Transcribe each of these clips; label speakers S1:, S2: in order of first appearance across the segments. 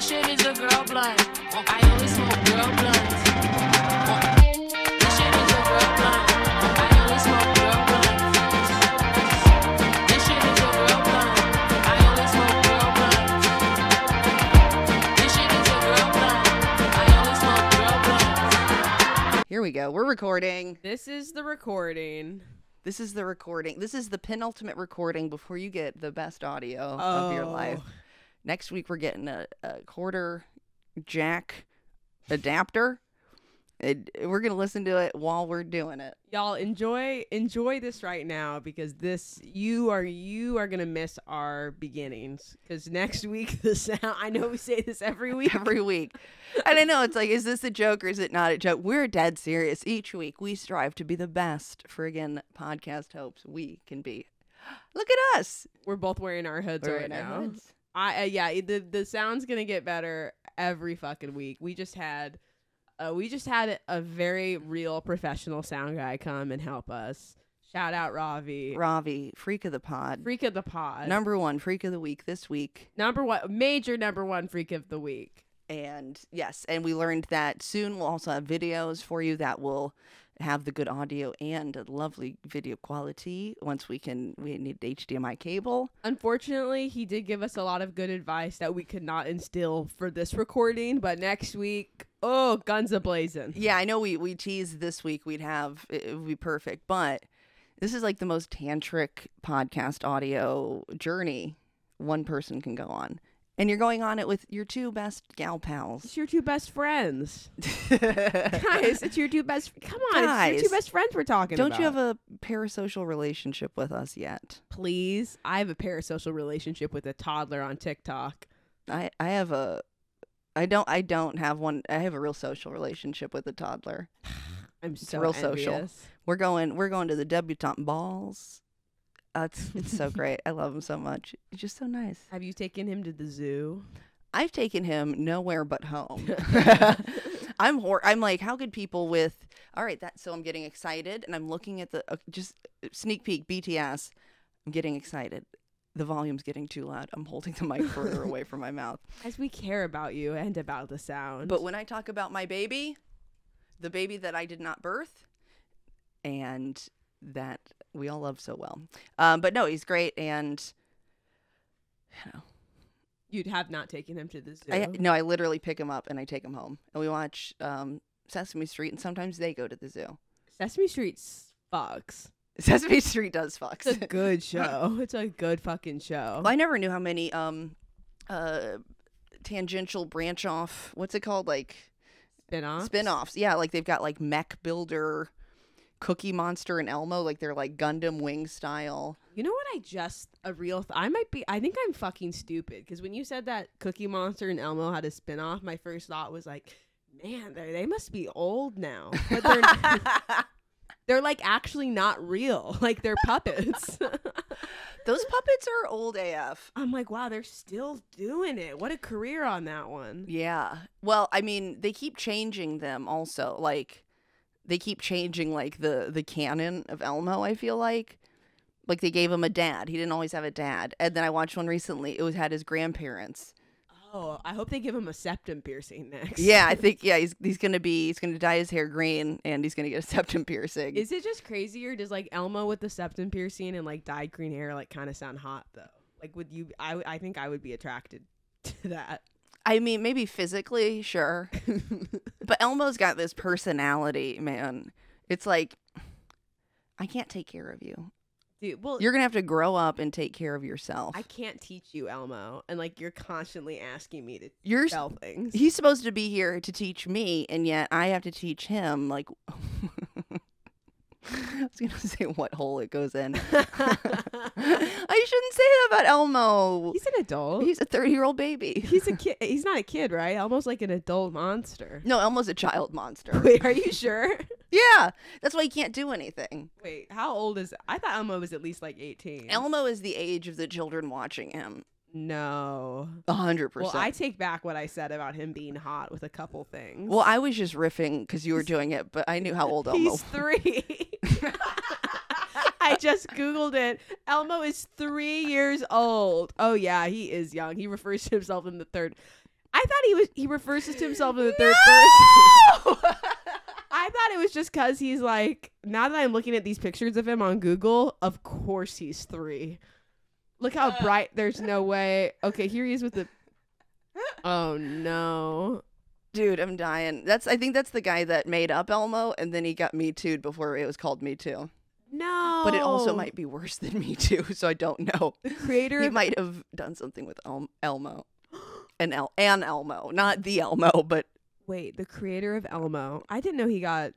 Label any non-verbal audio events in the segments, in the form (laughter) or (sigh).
S1: shit is a girl blunt. I only smoke girl blunts. This shit is a girl blunt. I only smoke girl blunts. This shit is a girl blunt. I only smoke girl blunts. This shit is a girl blunt. I only smoke girl blunts.
S2: Here we go. We're recording.
S3: This is the recording.
S2: This is the recording. This is the penultimate recording before you get the best audio of your life.
S3: Oh.
S2: Next week, we're getting a, a quarter jack adapter. It, we're going to listen to it while we're doing it.
S3: Y'all enjoy enjoy this right now because this you are you are gonna miss our beginnings because next (laughs) week the sound I know we say this every
S2: (laughs)
S3: week
S2: every week. And I know it's like, is this a joke or is it not a joke? We're dead serious. Each week, we strive to be the best friggin' podcast hopes we can be. Look at us.
S3: we're both wearing our hoods
S2: We're
S3: right
S2: in our
S3: now
S2: hoods.
S3: I uh, yeah it- the the sound's gonna get better every fucking week we just had uh, we just had a very real professional sound guy come and help us shout out Ravi
S2: Ravi, freak of the pod,
S3: freak of the pod
S2: number one freak of the week this week.
S3: number one major number one freak of the week
S2: And yes, and we learned that soon we'll also have videos for you that will have the good audio and a lovely video quality once we can we need HDMI cable.
S3: Unfortunately, he did give us a lot of good advice that we could not instill for this recording, but next week, oh, guns a blazing.
S2: Yeah, I know we we teased this week we'd have it it would be perfect, but this is like the most tantric podcast audio journey one person can go on. And you're going on it with your two best gal pals.
S3: It's your two best
S2: (laughs)
S3: friends.
S2: Guys,
S3: Guys, it's your two best Come on, it's your
S2: Guys,
S3: two best friends we're talking
S2: don't
S3: about.
S2: you have a parasocial relationship with us yet?
S3: please? I have a parasocial relationship with a toddler on TikTok.
S2: I I have a I don't I don't have one. I have a real social relationship with a toddler.
S3: I'm so
S2: real social.
S3: envious.
S2: We're going we're going to the debutante balls. Uh, it's it's so great. I love him so much. He's just so nice.
S3: Have you taken him to the zoo?
S2: I've taken him nowhere but home. I'm hor- I'm like, how could people with all right? That so I'm getting excited, and I'm looking at the uh, just sneak peek BTS. I'm getting excited. The volume's getting too loud. I'm holding the mic further away from my mouth.
S3: As we care about you and about the sound.
S2: But when I talk about my baby, the baby that I did not birth, and that we all love so well, um, but no, he's great, and
S3: you'd have not taken him to the zoo.
S2: I no, I literally pick him up and I take him home, and we watch um, Sesame Street, and sometimes they go to the zoo. (laughs)
S3: Sesame Street fucks.
S2: Sesame Street does fucks.
S3: (laughs) It's
S2: (laughs)
S3: a good show. It's a good fucking show.
S2: Well, I never knew how many um, uh, tangential branch off. What's it called? Like
S3: spin-off.
S2: spin-offs. Yeah, like they've got like Mech Builder, Cookie Monster, and Elmo. Like they're like Gundam Wing style.
S3: You know what? I just a real. Th- I might be. I think I'm fucking stupid because when you said that Cookie Monster and Elmo had a spin-off, my first thought was like, man, they they must be old now.
S2: (laughs)
S3: But they're they're like actually not real. (laughs) Like they're puppets. (laughs)
S2: Those puppets are old AF.
S3: I'm like, wow, they're still doing it. What a career on that one.
S2: Yeah. Well, I mean, they keep changing them also. Like they keep changing like the the canon of Elmo, I feel like. Like they gave him a dad. He didn't always have a dad. And then I watched one recently. It was had his grandparents.
S3: Oh, I hope they give him a septum piercing next.
S2: Yeah, I think yeah, he's he's gonna be he's gonna dye his hair green and he's gonna get a (laughs) septum piercing.
S3: Is it just crazy or does like Elmo with the septum piercing and like dyed green hair like kind of sound hot though? Like would you I I think I would be attracted (laughs) to that.
S2: I mean, maybe physically, sure, but Elmo's got this personality, man. It's like I can't take care of you.
S3: Dude, well
S2: You're gonna have to grow up and take care of yourself.
S3: I can't teach you Elmo and like you're constantly asking me to
S2: You're
S3: tell things.
S2: he's supposed to be here to teach me, and yet I have to teach him. Like (laughs) I was gonna say what hole it goes
S3: (laughs)
S2: in. I shouldn't say that about Elmo.
S3: (laughs) He's an adult. He's,
S2: He's a thirty-year-old baby.
S3: a kid. (laughs) He's not a kid, right? Elmo's like an adult monster.
S2: No, Elmo's a child monster.
S3: (laughs) Wait, are you sure?
S2: Yeah, that's why he can't do anything.
S3: (laughs) Wait, how old is I thought Elmo was at least like 18.
S2: Elmo is the age of the children watching him.
S3: no.
S2: A hundred
S3: Well,
S2: percent.
S3: I take back what I said about him being hot with a couple things.
S2: Well, I was just riffing because you were doing it, but I knew how old Elmo.
S3: He's three. (laughs) I just Googled it. Elmo is three years old. Oh, yeah, he is young. He refers to himself in the third. I thought he was he refers to himself in the third person. I thought it was just cuz he's like now that I'm looking at these pictures of him on Google, of course he's 3. Look how
S2: Uh.
S3: bright there's no way. Okay, here he is with the Oh no.
S2: Dude, I'm dying. That's I think that's the guy that made up Elmo and then he got Me Too'd before it was called Me Too.
S3: No.
S2: But it also
S3: Oh.
S2: might be worse than Me Too, (laughs) so I don't know.
S3: the creator
S2: (laughs) He
S3: of
S2: might have done something with El- Elmo. An El an Elmo. Not the Elmo, but
S3: Wait, the creator of Elmo. I didn't know he got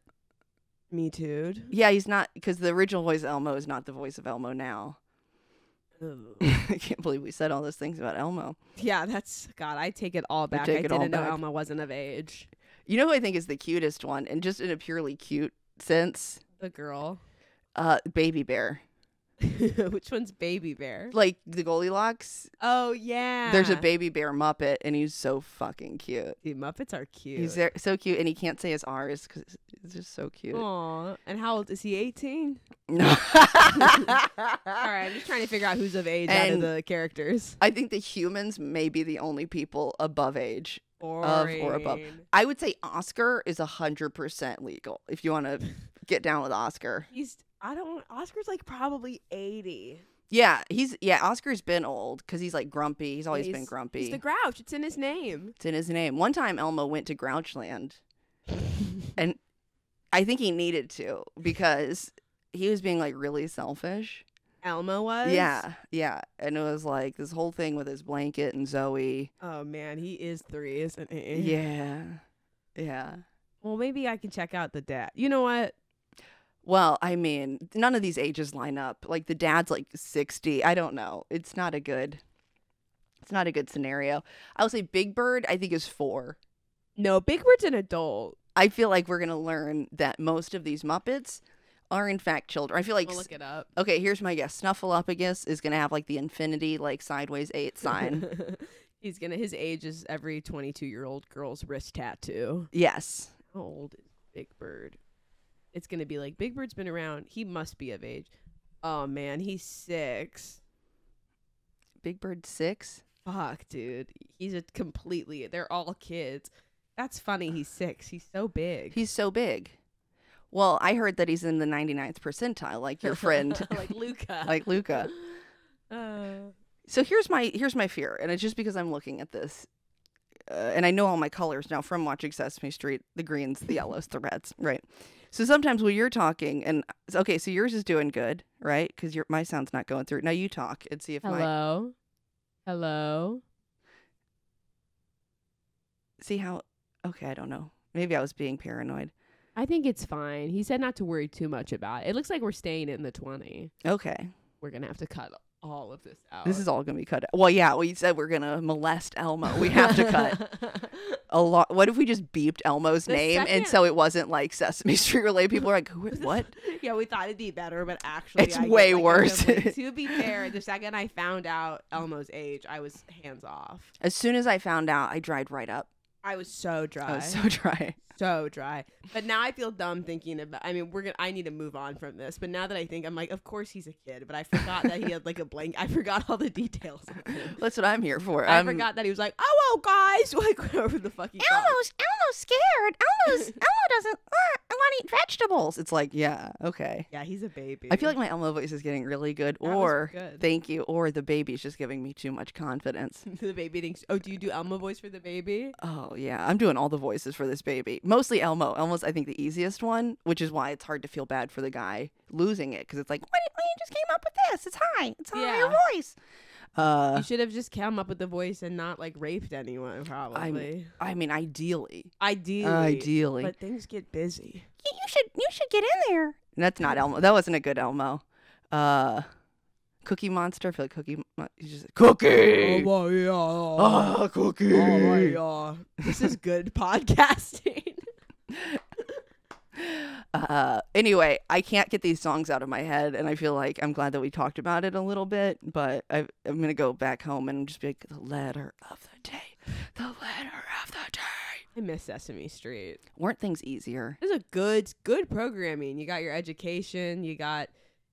S2: (laughs)
S3: me too'd.
S2: yeah, he's not because the original voice of Elmo is not the voice of Elmo now. (laughs) I can't believe we said all those things about Elmo.
S3: yeah, that's God. I take it all back. I
S2: take it
S3: didn't
S2: all
S3: know
S2: back.
S3: Elmo wasn't of age.
S2: You know who I think is the cutest one, and just in a purely cute sense,
S3: The girl.
S2: uh, Baby Bear.
S3: (laughs) Which one's Baby Bear?
S2: Like the Goldilocks,
S3: Oh yeah.
S2: there's a baby bear Muppet, and he's so fucking cute.
S3: The Muppets are cute.
S2: He's there, so cute, and he can't say his R's because it's just so cute.
S3: Aw. And how old is he? 18.
S2: (laughs) No.
S3: All right, I'm just trying to figure out who's of age
S2: And-
S3: out of the characters.
S2: I think the humans may be the only people above age. or above.
S3: Boring.
S2: I would say Oscar is 100% legal if you want
S3: (laughs)
S2: to get down with Oscar.
S3: He's. I don't. Oscar's like probably 80.
S2: Yeah, he's yeah, Oscar's been old cuz he's like grumpy. He's always been
S3: he's-
S2: grumpy.
S3: He's the Grouch. It's in
S2: (laughs)
S3: his name.
S2: It's in his name. One time Elmo went to Grouchland and I think he needed to because he was being like really selfish.
S3: Elmo was.
S2: Yeah, yeah. And it was like this whole thing with his blanket and Zoe.
S3: Oh man, he is three, isn't he?
S2: Yeah. Yeah.
S3: Well, maybe I can check out the dad. You know what?
S2: Well, I mean, none of these ages line up. Like the dad's like 60. I don't know. It's not a good It's not a good scenario. I would say Big Bird I think is 4.
S3: No, Big Bird's an adult.
S2: I feel like we're going to learn that most of these muppets are in fact children. I feel like
S3: We'll look it up.
S2: Okay, here's my guess. Snuffleupagus is going to have like the infinity like sideways 8 sign.
S3: (laughs) He's gonna. His age is every twenty-two-year-old girl's wrist tattoo.
S2: yes.
S3: How old is Big Bird? It's gonna be like Big Bird's been around. He must be of age. Oh man, he's six.
S2: Big Bird 6.
S3: Fuck, dude. He's a completely. They're all kids. That's funny. He's six. He's so big.
S2: He's so big. Well, I heard that he's in the 99th percentile like your friend
S3: (laughs) like Luca.
S2: like Luca.
S3: Uh,
S2: So here's my here's my fear, and it's just because I'm looking at this, uh, and I know all my colors now from watching Sesame Street: the greens, the yellows, the reds, right? So sometimes when you're talking, and okay, so yours is doing good, right? Because your my sound's not going through. Now you talk and see if my
S3: Hello. Hello.
S2: see how. Okay, I don't know. Maybe I was being paranoid.
S3: I think it's fine. He said not to worry too much about it. It looks like we're staying in the 20.
S2: Okay,
S3: We're going to have to cut all of this out.
S2: this is all gonna be cut. out. Well, yeah, we said we're gonna molest Elmo. We have to
S3: (laughs)
S2: cut (laughs) a lot. What if we just beeped Elmo's
S3: The
S2: name, and
S3: second-
S2: so it wasn't like Sesame Street related? People were like,
S3: (laughs)
S2: Who, "What?"
S3: yeah, we thought it'd be better, but actually,
S2: It's
S3: I get,
S2: way
S3: like, a
S2: worse. (laughs)
S3: complete- to be fair, the second I found out Elmo's age, I was hands off.
S2: As soon as I found out, I dried right up.
S3: I was so dry.
S2: I was so dry.
S3: so dry. But now I feel dumb thinking about. I mean, we're gonna. I need to move on from this. But now that I think, I'm like, of course he's a kid. But I forgot that he had like a blank. I forgot all the details. of him.
S2: That's what I'm here for.
S3: I
S2: I'm- (laughs)
S3: forgot that he was like, oh, well, guys, (laughs) like whatever the fuck he called.
S2: Elmo's Elmo's scared.
S3: (laughs)
S2: Elmo's Elmo doesn't uh, want to eat vegetables. It's like, yeah, okay.
S3: Yeah, he's a baby.
S2: I feel like my Elmo voice is getting really good.
S3: was
S2: or
S3: good.
S2: thank you. Or the baby's just giving me too much confidence.
S3: (laughs) the baby thinks. Oh, do you do Elmo voice for the baby?
S2: Oh yeah, I'm doing all the voices for this baby. Mostly Elmo. Elmo's I think the easiest one, which is why it's hard to feel bad for the guy losing it because it's like, what? You just came up with this. It's high. It's high your
S3: Yeah.
S2: voice. Uh,
S3: you should have just come up with the voice and not like raped anyone. Probably.
S2: I mean, ideally.
S3: Ideally.
S2: Ideally.
S3: But things get busy.
S2: you should you should get in there. And that's not Elmo. That wasn't a good Elmo. Uh, Cookie Monster. I feel like Cookie. Mon- he's just Cookie.
S3: Oh, my Oh,
S2: Ah, Cookie.
S3: This is good (laughs) podcasting. (laughs)
S2: Uh, anyway, I can't get these songs out of my head, and I feel like I'm glad that we talked about it a little bit. But I, I'm gonna go back home and just be like, the letter of the day, the letter of the day.
S3: I miss Sesame Street.
S2: Weren't things easier?
S3: This is a good, good programming. You got your education. You got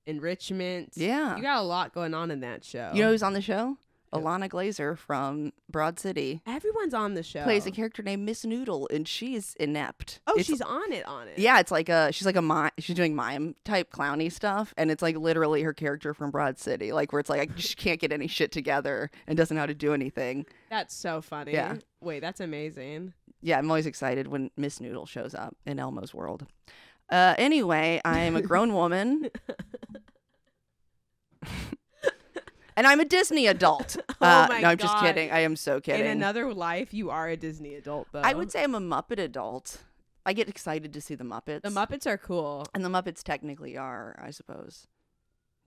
S3: enrichment.
S2: Yeah.
S3: You got a lot going on in that show. Oh.
S2: You know who's on the show? Alana Glazer from Broad City
S3: Everyone's on the show.
S2: plays a character named Miss Noodle, and she's inept.
S3: oh,
S2: It's-
S3: she's on it. On it.
S2: yeah. It's like a she's like a mime. She's doing mime type clowny stuff, and it's like literally her character from Broad City, like where it's like I- she can't get any shit together and doesn't know how to do anything.
S3: That's so funny.
S2: Yeah.
S3: Wait, that's amazing.
S2: Yeah, I'm always excited when Miss Noodle shows up in Elmo's world. Uh, anyway, I am a grown
S3: (laughs)
S2: woman. And I'm a Disney adult.
S3: (laughs) Oh
S2: Uh,
S3: my
S2: no, I'm just
S3: God.
S2: kidding. I am so kidding.
S3: In another life, you are a Disney adult, though.
S2: I would say I'm a Muppet adult. I get excited to see the Muppets.
S3: the Muppets are cool.
S2: and the Muppets technically are, I suppose,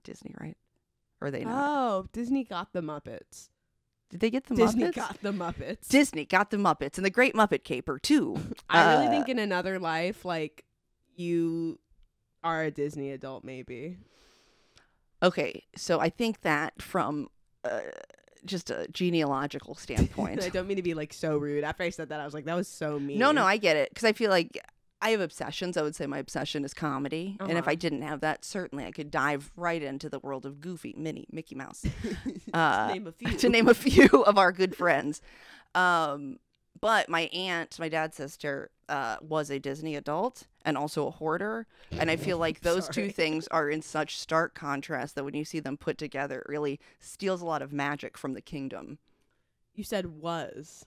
S2: Disney, right? Or are they not?
S3: Oh, Disney got the Muppets.
S2: Did they get the
S3: Disney
S2: Muppets?
S3: got the Muppets.
S2: Disney got the Muppets and the Great Muppet Caper too.
S3: I really
S2: Uh,
S3: think in another life, like you are a Disney adult, maybe.
S2: Okay, so I think that from uh, just a genealogical
S3: (laughs) I
S2: standpoint.
S3: don't mean to be like so rude. After I said that, I was like, that was so mean.
S2: no,
S3: (laughs)
S2: no, I get it because I feel like I have obsessions. I would say my obsession is comedy, and if
S3: Uh-huh.
S2: I didn't have that, certainly I could dive right into the world of Goofy, Minnie, Mickey Mouse. Uh,
S3: name a
S2: (laughs)
S3: few.
S2: to name a few of our good friends. Um, but my aunt, my dad's sister, uh, was a Disney adult and also a hoarder. And I feel like those two
S3: Sorry.
S2: things are in such stark contrast that when you see them put together, it really steals a lot of magic from the kingdom.
S3: you said was.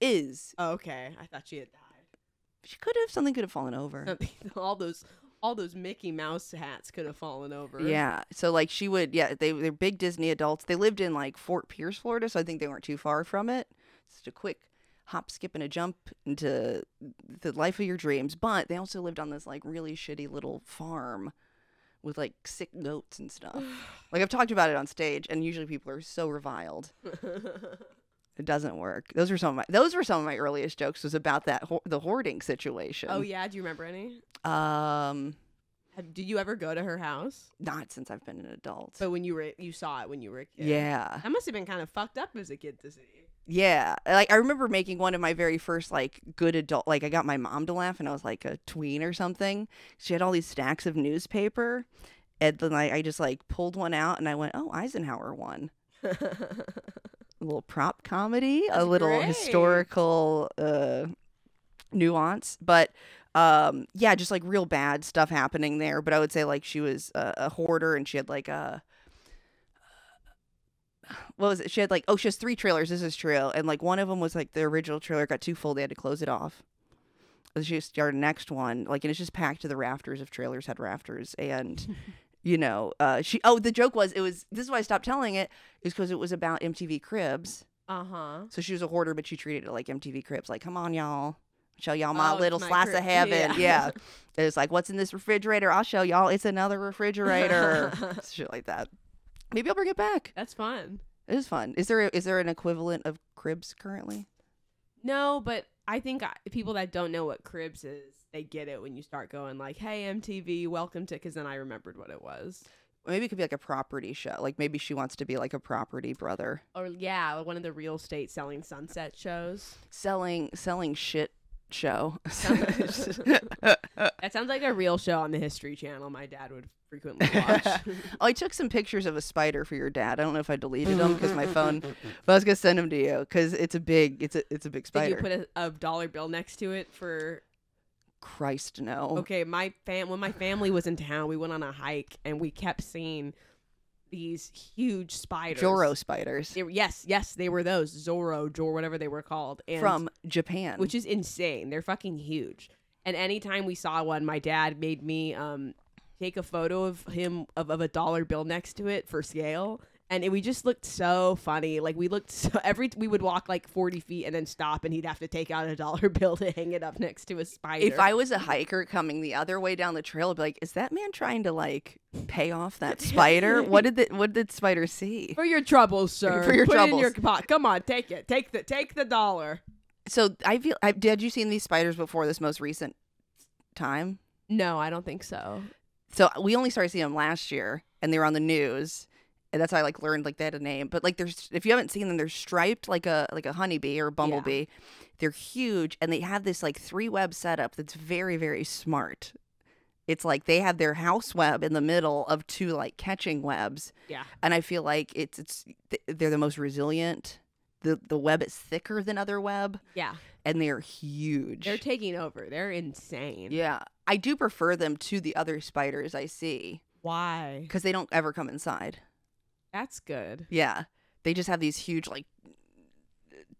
S2: Is
S3: Oh, okay, I thought she had died.
S2: she could have something could have fallen
S3: (laughs)
S2: over.
S3: Something- all those, all those Mickey Mouse hats could have fallen over.
S2: Yeah. So like she would yeah, they they're big Disney adults. They lived in like Fort Pierce, Florida, so I think they weren't too far from it. Just a quick hop, skip and a jump into the life of your dreams. But they also lived on this like really shitty little farm with like sick goats and
S3: (sighs)
S2: stuff. like I've talked about it on stage and usually people are so
S3: (laughs)
S2: reviled. It doesn't work. Those were some of my those were some of my earliest jokes was about that ho- the hoarding situation.
S3: oh yeah. Do you remember any?
S2: yeah. Um
S3: Have, did you ever go to her house?
S2: not since I've been an adult.
S3: But when you were, you saw it when you were a kid.
S2: yeah.
S3: That must have been kind of fucked up as a kid to see.
S2: (laughs) Yeah, like I remember making one of my very first like good adult. Like I got my mom to laugh, and I was like a tween or something. She had all these stacks of newspaper, and then like I just like pulled one out, and I went, "Oh, Eisenhower won." A little prop comedy, a
S3: That's
S2: little
S3: great.
S2: historical uh, nuance, but um, yeah, just like real bad stuff happening there. But I would say like she was a, a hoarder, and she had like a (sighs) what was it? She had like, oh, she has three trailers. This is true. And like one of them was like the original trailer got too full. They had to close it off. And she started the next one. Like, and it's just packed to the rafters if trailers had rafters.
S3: (laughs)
S2: And, you know, uh, she, oh, the joke was, it was, this is why I stopped telling it, is because it was about MTV Cribs.
S3: Uh huh.
S2: So she was a hoarder, but she treated it like MTV Cribs. Like, come on, y'all. Show y'all my
S3: Oh, it's
S2: little
S3: my
S2: slice
S3: crib." (laughs)
S2: of heaven.
S3: Yeah.
S2: Yeah. It was like, what's in this refrigerator? I'll show y'all. It's another refrigerator.
S3: (laughs)
S2: Shit like that. Maybe I'll bring it back.
S3: That's fun.
S2: It is fun. Is there a, is there an equivalent of cribs currently?
S3: No, but I think I, people that don't know what cribs is, they get it when you start going like, "Hey MTV, welcome to," because then I remembered what it was.
S2: Maybe it could be like a property show. Like maybe she wants to be like a property brother,
S3: Or yeah, one of the real estate selling sunset shows.
S2: selling selling shit
S3: (laughs)
S2: show. (laughs)
S3: That sounds like a real show on the History Channel. My dad would
S2: (laughs)
S3: frequently watch.
S2: Oh, I took some pictures of a spider for your dad. I don't know if I deleted them because my
S3: (laughs)
S2: phone. But I was gonna send them to you because it's a big it's a it's a big
S3: Did
S2: spider.
S3: you put a, a dollar bill next to it for?
S2: Christ no.
S3: Okay, my fam. When my family was in town, we went on a hike and we kept seeing these huge spiders.
S2: Joro spiders
S3: They were- yes, yes, they were those Zorro, Jor, whatever they were called. And
S2: from Japan.
S3: which is insane. They're fucking huge. And anytime we saw one, my dad made me um, take a photo of him of, of a dollar bill next to it for scale. And it, we just looked so funny. Like we looked (laughs) so every we would walk like forty feet and then stop, and he'd have to take out a (laughs) dollar bill to hang it up next to a spider.
S2: if I was a hiker coming the other way down the trail, I'd be like, "Is that man trying to like pay
S3: (laughs)
S2: off that spider? what did the, what did spider see?"
S3: for your troubles, sir,
S2: (laughs) For your
S3: put it in your
S2: troubles.
S3: pot. Come on, take it, take the take the dollar.
S2: So I feel. I, had you seen these spiders before this most recent time?
S3: No, I don't think so.
S2: So uh, we only started seeing them last year, and they were on the news, and that's how I like learned like they had a name. But like, there's if you haven't seen them, they're striped like a like a honeybee or a bumblebee. They're huge, and they have this like three web setup that's very very smart. it's like they have their house web in the middle of two like catching webs.
S3: Yeah.
S2: And I feel like it's it's th- they're the most resilient. The the web is thicker than other web
S3: Yeah.
S2: and they are huge.
S3: They're taking over. They're insane.
S2: yeah. I do prefer them to the other spiders I see
S3: Why?
S2: cuz they don't ever come inside.
S3: That's good.
S2: Yeah. They just have these huge like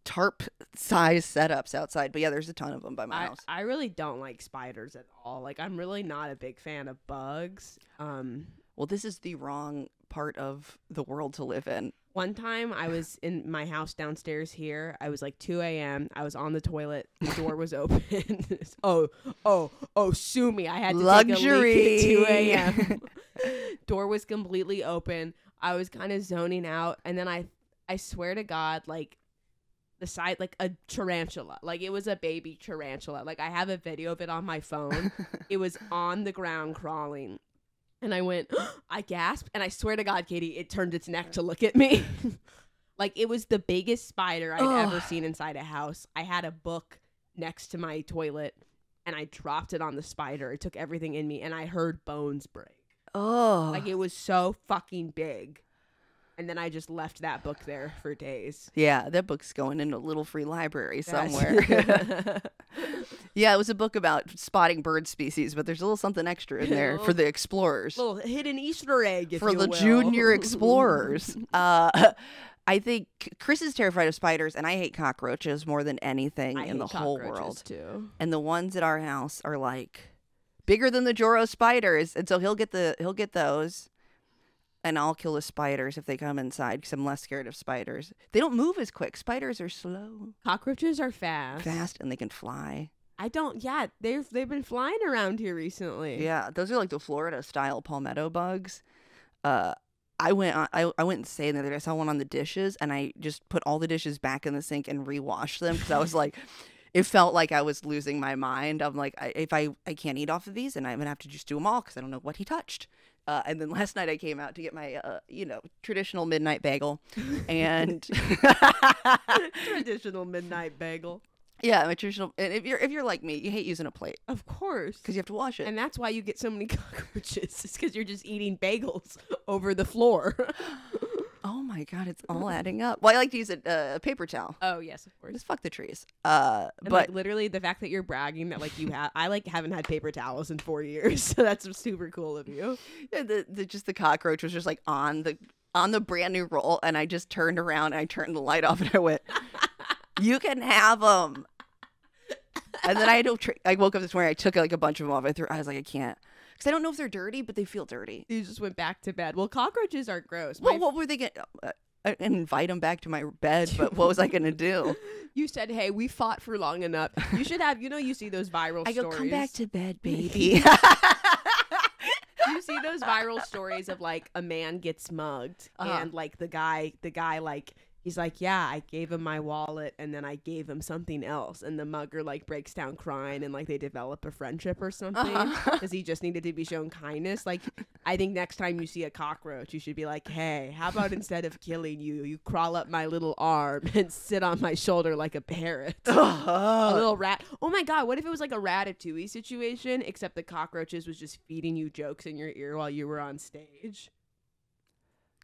S2: tarp size setups outside. But yeah, there's a ton of them by my
S3: I,
S2: house.
S3: I really don't like spiders at all. Like I'm really not a big fan of bugs. Um
S2: Well, this is the wrong part of the world to live in.
S3: one time I was in my house downstairs here. I was like 2 a.m. I was on the toilet. The door was open. (laughs) oh, oh, oh, sue me. I had to
S2: Luxury.
S3: Take a leak at 2 a.m. (laughs) door was completely open. I was kind of zoning out. And then I, I swear to God, like the side, like a tarantula. Like it was a baby tarantula. Like I have a video of it on my phone. it was on the ground crawling. And I went, (gasps) I gasped, and I swear to God, Katie, it turned its neck to look at me. (laughs) like it was the biggest spider I'd
S2: Ugh.
S3: ever seen inside a house. I had a book next to my toilet, and I dropped it on the spider. It took everything in me, and I heard bones break.
S2: (laughs) Oh,
S3: Like it was so fucking big. And then I just left that book there for days.
S2: yeah, that book's going in a little free library
S3: That's- (laughs)
S2: somewhere. yeah, it was a book about spotting bird species, but there's a little something extra in
S3: (laughs)
S2: there for the explorers, (laughs)
S3: Little hidden Easter egg, if
S2: for
S3: you
S2: the
S3: will. (laughs)
S2: junior explorers. uh, I think Chris is terrified of spiders, and I hate cockroaches more than anything
S3: I
S2: in the
S3: hate
S2: whole
S3: cockroaches,
S2: world.
S3: too.
S2: And the ones at our house are like bigger than the Joro spiders, and so he'll get the he'll get those. And I'll kill the spiders if they come inside because I'm less scared of spiders. They don't move as quick. Spiders are slow.
S3: Cockroaches are fast.
S2: fast and they can fly.
S3: I don't. Yeah, they've they've been flying around here recently.
S2: Yeah, those are like the Florida style palmetto bugs. Uh, I went on, I, I went insane the other day. I saw one on the dishes and I just put all the dishes back in the sink and rewashed them because I was like, it felt like I was losing my mind. I'm like, I, if I I can't eat off of these and I'm gonna have to just do them all because I don't know what he touched. Uh, and then (laughs) last night I came out to get my uh, you know traditional midnight bagel, and
S3: (laughs)
S2: (laughs)
S3: Traditional midnight bagel,
S2: yeah, my traditional. And if you're if you're like me, you hate using a plate
S3: of course.
S2: because you have to wash it.
S3: And that's why you get so many (laughs) cockroaches. It's because you're just eating bagels over the floor. (laughs)
S2: (gasps) Oh my god, it's all adding up. Well, I like to use a, a paper towel.
S3: oh yes, of course.
S2: Just fuck the trees. Uh,
S3: And
S2: but
S3: like literally the fact that you're bragging that like you have I like haven't had paper towels in four years, (laughs) so that's super cool of you.
S2: yeah, the, the just the cockroach was just like on the on the brand new roll, and I just turned around and I turned the light off and I went, "You can have them." And then I had to. Tr- I woke up this morning. I took like a bunch of them off. I threw. I was like, I can't, because I don't know if they're dirty, but they feel dirty.
S3: You just went back to bed. Well, cockroaches are gross.
S2: Well,
S3: My-
S2: what were they going to I I uh, invite them back to my bed, but what was I gonna do?
S3: you said, "Hey, we fought for long enough. You should have. You know, you see those viral.
S2: (laughs) I go,
S3: stories.
S2: come back to bed, (laughs) baby.
S3: (laughs) you see those viral stories of like a man gets mugged
S2: Uh-huh.
S3: and like the guy the guy like he's like yeah i gave him my wallet and then i gave him something else and the mugger like breaks down crying and like they develop a friendship or something because
S2: Uh-huh. (laughs)
S3: he just needed to be shown kindness like i think next time you see a cockroach you should be like hey how about instead of killing you you crawl up my little arm (laughs) and sit on my shoulder like a parrot a little rat. Oh my god, what if it was like a ratatouille situation, except the cockroaches was just feeding you jokes in your ear while you were on stage?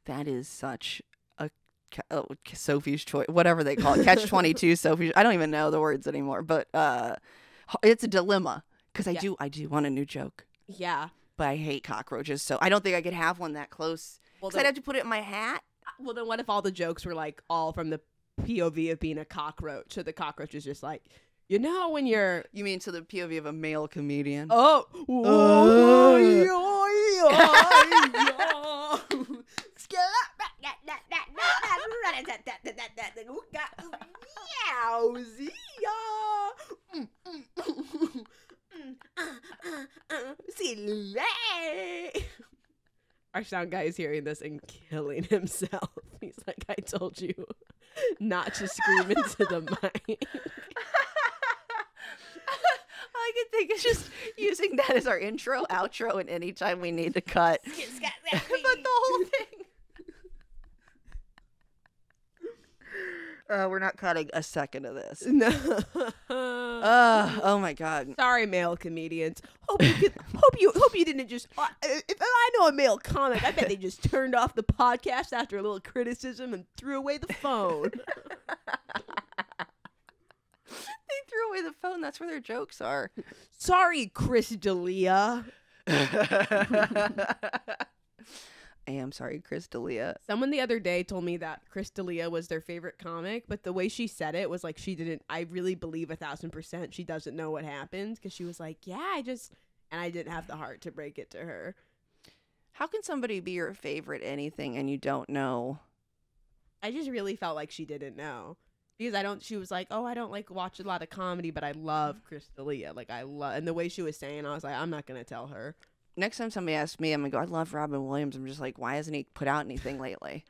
S2: That is such a ca- oh, ca- Sophie's choice, whatever they call it, catch twenty two. Sophie, I don't even know the words anymore, but uh, h- it's a dilemma because I
S3: Yeah.
S2: do, I do want a new joke,
S3: Yeah.
S2: but I hate cockroaches, so I don't think I could have one that close.
S3: Well
S2: 'Cause I'd
S3: then,
S2: have to put it in my hat.
S3: well, then what if all the jokes were like all from the POV of being a cockroach? So the cockroach is just like, you know, when you're.
S2: You mean to the POV of a male comedian?
S3: Oh, Our sound guy is hearing this and killing himself. (laughs) He's like, I told you not to scream into the (laughs) mic.
S2: All (laughs) I can think is just using that as our intro, outro, and anytime we need to cut. (laughs) but the whole (laughs) thing. (laughs) Uh, we're not cutting a second of this.
S3: (laughs) No.
S2: Ugh, oh my god.
S3: Sorry, male comedians. Hope you could, hope you hope you didn't just. Uh, if I know a male comic, I bet they just turned off the podcast after a little criticism and threw away the (laughs) phone.
S2: They threw away the phone. That's where their jokes (laughs) are.
S3: Sorry, Chris D'Elia.
S2: I am sorry, Chris D'Elia.
S3: Someone the other day told me that Chris D'Elia was their favorite comic, but the way she said it was like she didn't. I really believe a thousand percent she doesn't know what happened because she was like, "Yeah, I just," and I didn't have the heart to break it to her.
S2: How can somebody be your favorite anything and you don't know?
S3: I just really felt like she didn't know because I don't. She was like, "Oh, I don't like watch a lot of comedy, but I love Chris
S2: Mm-hmm.
S3: D'Elia. Like I love." And the way she was saying, I was like, "I'm not gonna tell her."
S2: Next time somebody asks me, I'm gonna go, I love Robin Williams. I'm just like, why hasn't he put out anything lately?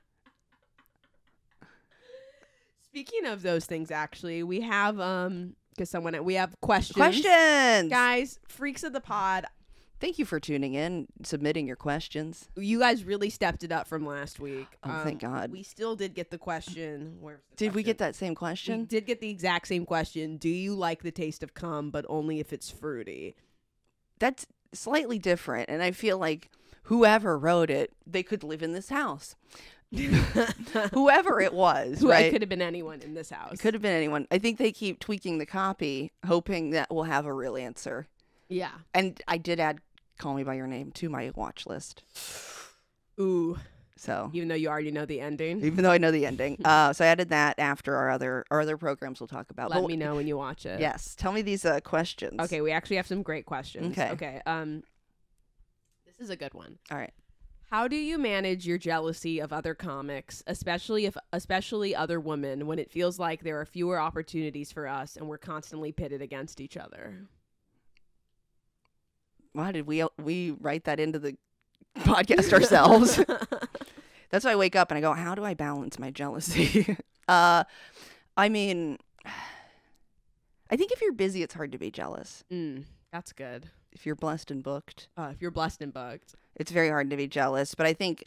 S3: Speaking of those things, actually, we have um because someone we have questions.
S2: Questions.
S3: Guys, freaks of the pod,
S2: Thank you for tuning in, submitting your questions.
S3: you guys really stepped it up from last week. Um,
S2: Oh, thank God.
S3: We still did get the question. Where's the
S2: Did we get
S3: question?
S2: that same
S3: We
S2: question?
S3: did get the exact same question. Do you like the taste of cum, but only if
S2: (laughs)
S3: it's fruity? (laughs)
S2: That's slightly different, and I feel like whoever wrote it, they could live in this house. whoever it was,
S3: Who
S2: right?
S3: could have been anyone in this house.
S2: It could have been anyone. I think they keep tweaking the copy, hoping that we'll have a real answer.
S3: yeah.
S2: And I did add "Call Me by Your Name" to my watch list,
S3: Ooh.
S2: so
S3: Even though you already know the ending,
S2: even though I know the
S3: (laughs)
S2: ending, uh, so I added that after our other our other programs we'll talk about.
S3: let
S2: But-
S3: me know when you watch it.
S2: Yes, tell me these uh, questions.
S3: Okay, we actually have some great questions.
S2: Okay.
S3: Okay. Um, this is a good one.
S2: all right.
S3: How do you manage your jealousy of other comics, especially if especially other women, when it feels like there are fewer opportunities for us and we're constantly pitted against each other?
S2: Why did we we write that into the podcast ourselves? (laughs) That's why I wake up and I go, how do I balance my jealousy? (laughs) uh, I mean, (sighs) I think if you're busy, it's hard to be jealous.
S3: Mm, that's good.
S2: If you're blessed and booked,
S3: Uh, if you're blessed and bugged,
S2: it's very hard to be jealous. But I think,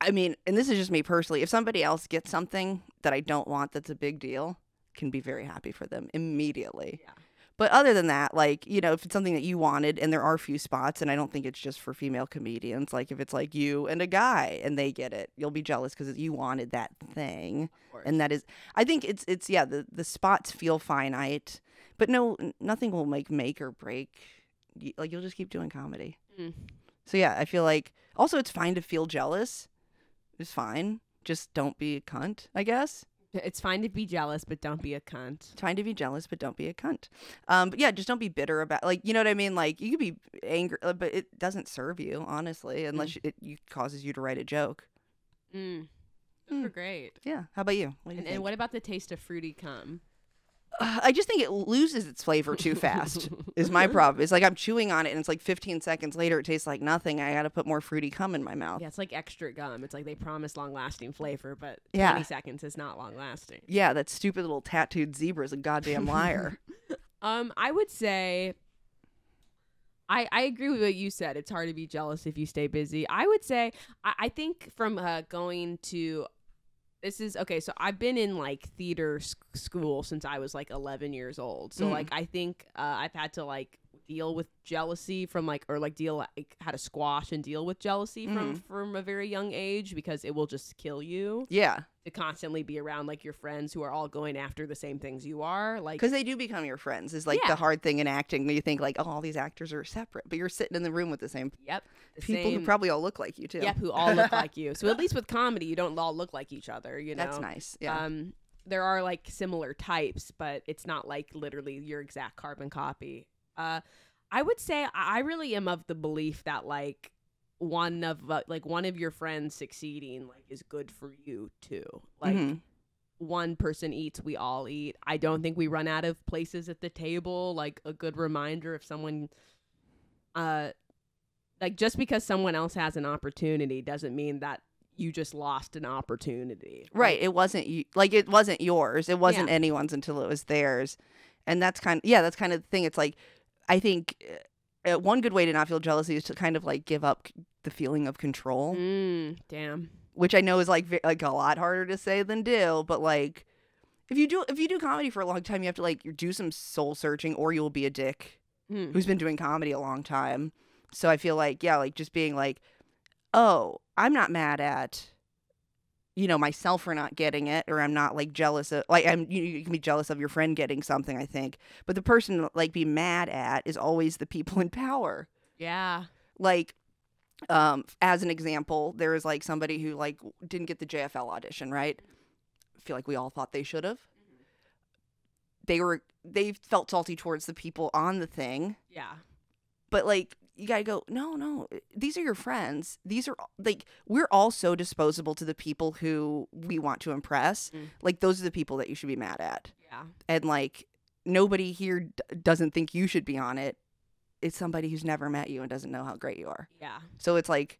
S2: I mean, and this is just me personally. If somebody else gets something that I don't want, that's a big deal. Can be very happy for them immediately.
S3: Yeah.
S2: But other than that, like you know, if it's something that you wanted, and there are few spots, and I don't think it's just for female comedians. Like if it's like you and a guy, and they get it, you'll be jealous because you wanted that thing
S3: course.
S2: and that is i think it's it's yeah the, the spots feel finite but no n- nothing will like make or break y- like you'll just keep doing comedy
S3: Mm.
S2: so yeah i feel like also it's fine to feel jealous it's fine just don't be a cunt i guess
S3: it's fine to be jealous, but don't be a cunt.
S2: it's fine to be jealous but don't be a cunt um but yeah just don't be bitter about like you know what i mean like you could be angry uh, but it doesn't serve you honestly unless it, it causes you to write a joke
S3: Mm.
S2: Those
S3: Those
S2: were
S3: are great.
S2: yeah how about you, what do you
S3: And,
S2: think?
S3: and what about the taste of fruity cum?
S2: Uh, I just think it loses its flavor too fast. is
S3: (laughs)
S2: my problem. It's like I'm chewing on it, and it's like 15 seconds later, it tastes like nothing. I got to put more fruity cum in my mouth.
S3: Yeah, it's like extra gum. It's like they promise long lasting flavor, but
S2: Yeah.
S3: 20 seconds is not long lasting.
S2: Yeah, that stupid little tattooed zebra is a goddamn liar.
S3: Um, I would say I, I agree with what you said. It's hard to be jealous if you stay busy. I would say I, I think from uh, going to this is okay. So I've been in like theater s- school since I was like 11 years old. So
S2: Mm.
S3: like I think uh, I've had to like deal with jealousy from like or like deal like how to squash and deal with jealousy from
S2: Mm.
S3: from a very young age because it will just kill you
S2: yeah,
S3: to constantly be around like your friends who are all going after the same things you are like
S2: because they do become your friends. Is like the
S3: Yeah.
S2: hard thing in acting. You think like, oh, all these actors are separate, but you're sitting in the room with the same
S3: yep the
S2: people who
S3: same-
S2: probably all look like you too.
S3: Yep, who
S2: (laughs)
S3: all look like you. So at least with comedy, you don't all look like each other. You know,
S2: that's nice. Yeah,
S3: Um, there are like similar types, but it's not like literally your exact carbon copy. Uh, I would say I- I really am of the belief that like one of uh, like one of your friends succeeding like is good for you too. Like
S2: Mhm.
S3: one person eats, we all eat. I don't think we run out of places at the table. Like a good reminder if someone, uh, like just because someone else has an opportunity doesn't mean that you just lost an opportunity.
S2: right. It wasn't you. Like it wasn't yours. It wasn't anyone's until it was theirs, and that's kind. yeah, that's kind of the thing. It's like I think. Uh, one good way to not feel jealousy is to kind of like give up c- the feeling of control.
S3: Mm, damn.
S2: which I know is like ve- like a lot harder to say than do, but like If you do if you do comedy for a long time, you have to like do some soul searching, or you'll be a dick
S3: Hmm.
S2: who's been doing comedy a long time. So I feel like, yeah, like just being like, oh, I'm not mad at, you know, myself for not getting it, or I'm not like jealous of, like, I'm, you, you can be jealous of your friend getting something, I think. But the person to, like be mad at is always the people in power.
S3: Yeah.
S2: Like, um, as an example, there is like somebody who like didn't get the JFL audition, right? I feel like we all thought they should have. They were, they felt salty towards the people on the thing
S3: Yeah.
S2: but like you gotta go no no eh, these are your friends these are like we're all so disposable to the people who we want to impress
S3: Mm.
S2: like those are the people that you should be mad at
S3: Yeah.
S2: and like nobody here d- doesn't think you should be on it it's somebody who's never met you and doesn't know how great you are
S3: Yeah.
S2: so it's like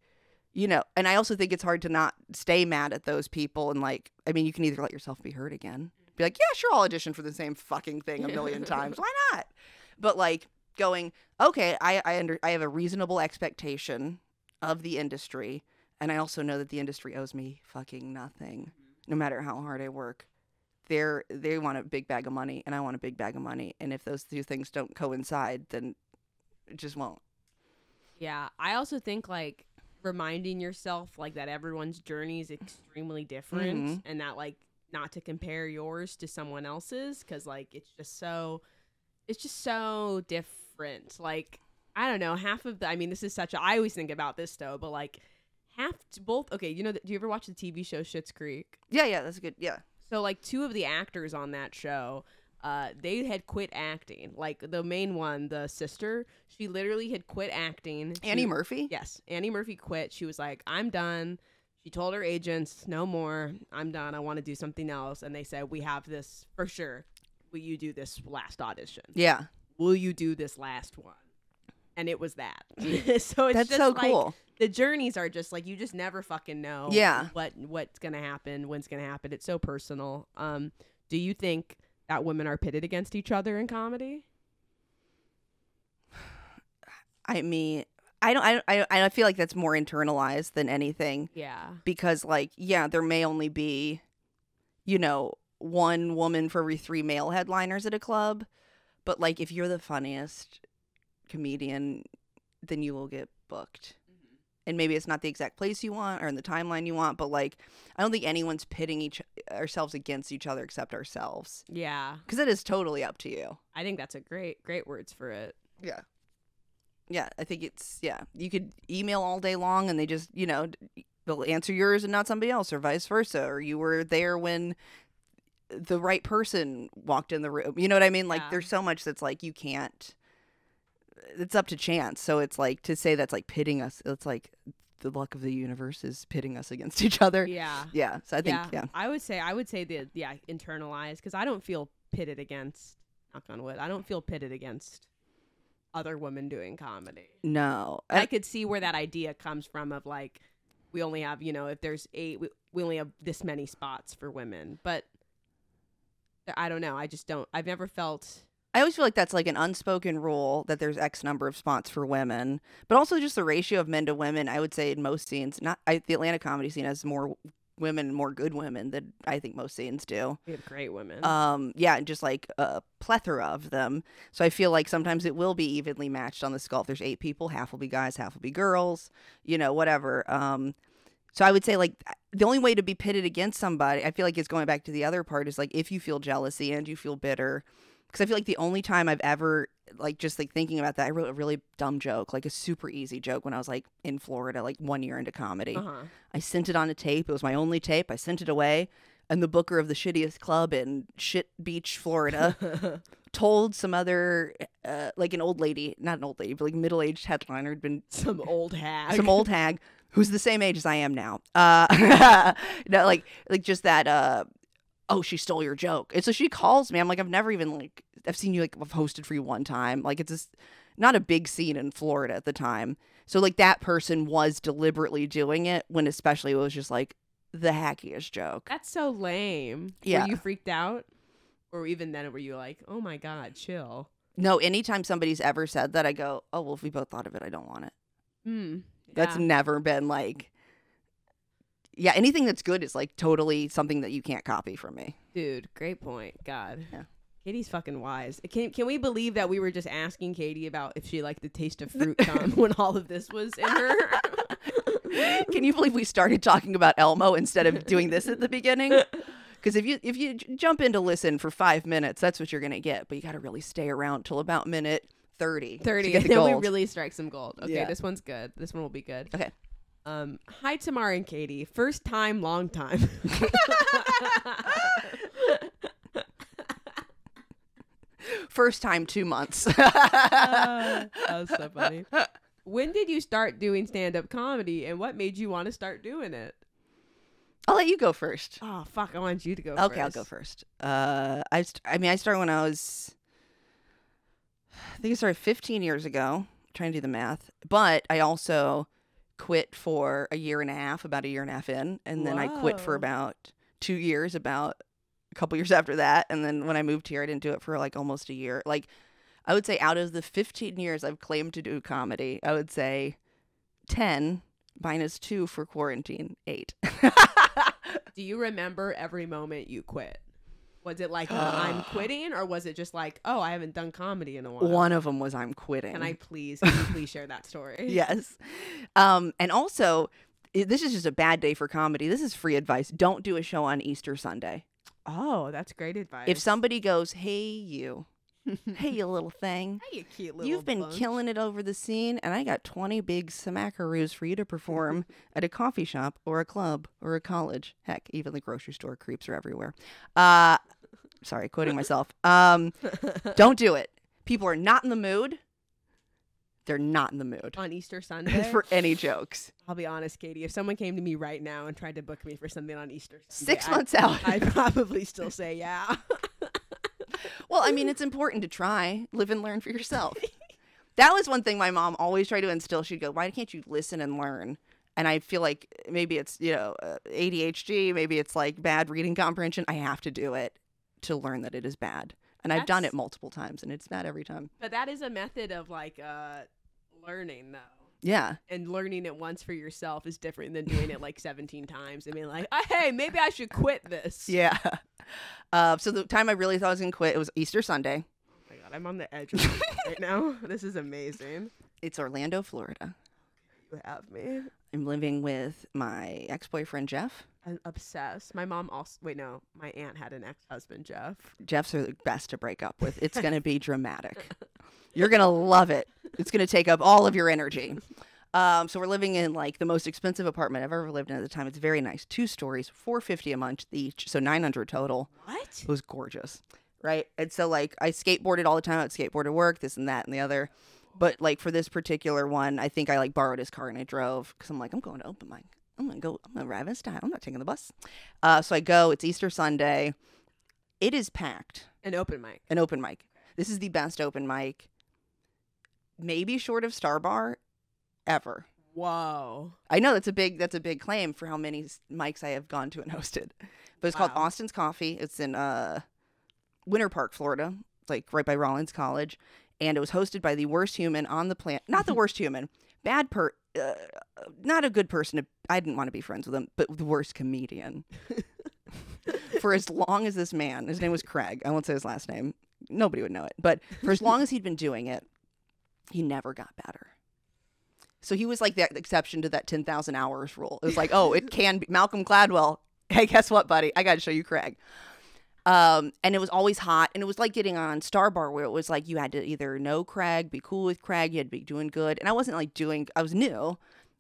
S2: you know and i also think it's hard to not stay mad at those people and like i mean you can either let yourself be hurt again be like yeah sure i'll audition for the same fucking thing a million times why not but like going okay i i under i have a reasonable expectation of the industry and i also know that the industry owes me fucking nothing no matter how hard i work they're they want a big bag of money and i want a big bag of money and if those two things don't coincide then it just won't
S3: Yeah. I also think like reminding yourself like that everyone's journey is extremely different
S2: Mhm.
S3: and that like not to compare yours to someone else's cuz like it's just so it's just so different. Like I don't know, half of the I mean this is such a I always think about this though, but like half both okay, you know do you ever watch the TV show Shits Creek?
S2: yeah yeah that's good yeah
S3: So like two of the actors on that show, uh, they had quit acting. Like the main one, the sister, she literally had quit acting. She-
S2: Annie Murphy?
S3: Yes, Annie Murphy quit. She was like, "I'm done." She told her agents, "No more. I'm done. I want to do something else." And they said, "We have this for sure. Will you do this last audition?
S2: Yeah.
S3: Will you do this last one?" And it was that. (laughs) so it's
S2: That's
S3: just
S2: so
S3: like,
S2: cool.
S3: the journeys are just like you just never fucking know
S2: Yeah.
S3: what what's gonna happen when's gonna happen it's so personal um do you think that women are pitted against each other in comedy
S2: I mean, I don't, I don't, I don't- I feel like that's more internalized than anything
S3: yeah
S2: because, like, yeah, there may only be, you know, one woman for every three male headliners at a club, but like, if you're the funniest comedian, then you will get booked.
S3: Mm-hmm.
S2: And maybe it's not the exact place you want or in the timeline you want, but like, I don't think anyone's pitting each ourselves against each other except ourselves
S3: yeah
S2: because that is totally up to you.
S3: i think that's a great great words for it
S2: Yeah. Yeah, I think it's yeah. You could email all day long and they just, you know, d- they'll answer yours and not somebody else or vice versa or you were there when the right person walked in the room. You know what I mean? Like
S3: Yeah.
S2: there's so much that's like you can't it's up to chance. So it's like to say that's like pitting us. It's like the luck of the universe is pitting us against (laughs) each other. Yeah.
S3: yeah
S2: so I think yeah.
S3: i would say i would say the yeah internalized because i don't feel pitted against knock on wood i don't feel pitted against other women doing comedy
S2: No.
S3: I,
S2: I-
S3: could see where that idea comes from of like we only have you know if there's eight we, we only have this many spots for women but i don't know i just don't i've never felt
S2: I always feel like that's like an unspoken rule that there's X number of spots for women, but also just the ratio of men to women. I would say in most scenes, not I, the Atlanta comedy scene has more women, more good women than I think most scenes do.
S3: we have great women
S2: Um, yeah, and just like a plethora of them. So I feel like sometimes it will be evenly matched on the skull. If there's eight people, half will be guys, half will be girls, you know, whatever. Um, so I would say like the only way to be pitted against somebody, I feel like it's going back to the other part is like if you feel jealousy and you feel bitter. Because I feel like the only time I've ever like just like thinking about that, I wrote a really dumb joke, like a super easy joke when I was like in Florida, like one year into comedy.
S3: uh-huh
S2: I sent it on a tape. It was my only tape. I sent it away. And the booker of the shittiest club in Shit Beach, Florida, told some other, uh, like an old lady, not an old lady, but like middle aged headliner, had been
S3: (laughs) some old hag
S2: some old hag who's the same age as I am now. Uh, (laughs) no, like like just that. Uh, oh, she stole your joke. And so she calls me. I'm like, I've never even like I've seen you like I've hosted for you one time. Like it's just not a big scene in Florida at the time. So like that person was deliberately doing it when especially it was just like the hackiest joke.
S3: that's so lame
S2: Yeah.
S3: were you freaked out or even then were you like oh my god chill
S2: No, anytime somebody's ever said that, I go, oh well, if we both thought of it, I don't want it.
S3: hmm
S2: That's
S3: yeah.
S2: never been like yeah, anything that's good is like totally something that you can't copy from me.
S3: Dude, great point. God.
S2: Yeah.
S3: Katie's fucking wise. Can can we believe that we were just asking Katie about if she liked the taste
S2: (laughs)
S3: of fruit gum when all of this was in her?
S2: Can you believe we started talking about Elmo instead of doing this at the beginning? Because if you if you j- jump in to listen for five minutes, that's what you're gonna get. But you got to really stay around till about minute thirty. to
S3: 30.
S2: get the
S3: then
S2: gold.
S3: (laughs) we really strike some gold. Okay,
S2: Yeah.
S3: this one's good. This one will be good.
S2: Okay.
S3: Um, hi Tamara and Katie. First time, long time.
S2: (laughs) First time, two months. (laughs)
S3: Uh, that was so funny. When did you start doing stand up comedy and what made you want to start doing it?
S2: I'll let you go first.
S3: Oh fuck, I want you to go
S2: okay, I'll go first. Uh, I st- I mean, I started when I was, I think I started 15 years ago. Trying to do the math, but I also quit for a year and a half, about a year and a half in, and then I quit for
S3: Whoa.
S2: about two years, about a couple years after that, and then when I moved here, I didn't do it for like almost a year. Like, I would say out of the 15 years I've claimed to do comedy, I would say 10 minus two for quarantine, eight. (laughs)
S3: Do you remember every moment you quit? Was it like "Oh,
S2: (sighs)
S3: I'm quitting, or was it just like, oh, I haven't done comedy in a while?
S2: One of them was I'm quitting.
S3: Can I please, can you please share that
S2: (laughs)
S3: (laughs) story?
S2: yes. Um, and also, i- this is just a bad day for comedy. This is free advice. Don't do a show on Easter Sunday.
S3: Oh, that's great advice.
S2: If somebody goes, "Hey you, hey you little thing,
S3: hey, you cute little
S2: you've been
S3: bunch.
S2: killing it over the scene, and I got twenty big smackaroos for you to perform at a coffee shop or a club or a college. Heck, even the grocery store creeps are everywhere." Uh, sorry, quoting myself. Um, don't do it. People are not in the mood. They're not in the mood (laughs)
S3: on Easter Sunday.
S2: for any jokes.
S3: I'll be honest, Katie. If someone came to me right now and tried to book me for something on Easter, Sunday,
S2: six
S3: I-
S2: months out.
S3: (laughs)
S2: (laughs)
S3: I'd probably still say yeah. (laughs)
S2: well, I mean, it's important to try, live and learn for
S3: (laughs)
S2: yourself. that was one thing my mom always tried to instill. She'd go, "Why can't you listen and learn?" And I feel like maybe it's you know uh, ADHD, maybe it's like bad reading comprehension. I have to do it to learn that it is bad, and I've done
S3: That's-
S2: it multiple times, and it's bad every time.
S3: But that is a method of like uh, learning, though.
S2: Yeah, (laughs)
S3: And learning it once for yourself is different than doing it like 17 times and being like, "Oh, hey, maybe I should quit this.
S2: (laughs) yeah. Uh, so the time I really thought I was gonna quit, it was Easter Sunday.
S3: my god, I'm on the edge of my (laughs) seat right now. This is amazing.
S2: It's Orlando, Florida.
S3: You have me.
S2: I'm living with my ex-boyfriend Jeff.
S3: I'm obsessed. My mom also wait, no, my aunt had an ex-husband, Jeff.
S2: Jeff's are the best to break up with. It's going to be dramatic. You're going to love it. It's going to take up all of your energy. Um, so we're living in like the most expensive apartment I've ever lived in at the time. It's very nice. Two stories, 450 a month each, so 900 total.
S3: What?
S2: It was gorgeous. Right? And so like I skateboarded all the time. I would skateboard to work, this and that and the other. But like for this particular one, I think I like borrowed his car and I drove because I'm like, I'm going to open mic. I'm gonna go. I'm gonna drive in style. I'm not taking the bus. Uh, so I go. It's Easter Sunday. It is packed
S3: An open mic.
S2: an open mic. This is the best open mic, maybe short of Star Bar, ever.
S3: Whoa.
S2: I know that's a big that's a big claim for how many s- mics I have gone to and (laughs) hosted. But it's called
S3: Wow.
S2: Austin's Coffee. It's in uh, Winter Park, Florida, like right by Rollins College, and it was hosted by the worst human on the planet. Not the worst human, bad per, uh, not a good person. To, I didn't want to be friends with him, but the worst comedian. for as long as this man, his name was Craig. I won't say his last name. Nobody would know it. But for as long as he'd been doing it, he never got better. So he was like the exception to that 10,000 hours rule. It was like, oh, it can be Malcolm Gladwell. (laughs) Hey, guess what, buddy? I got to show you Craig. Um, and it was always hot. And it was like getting on Star Bar where it was like you had to either know Craig, be cool with Craig, you had to be doing good. And I wasn't like doing, I was new,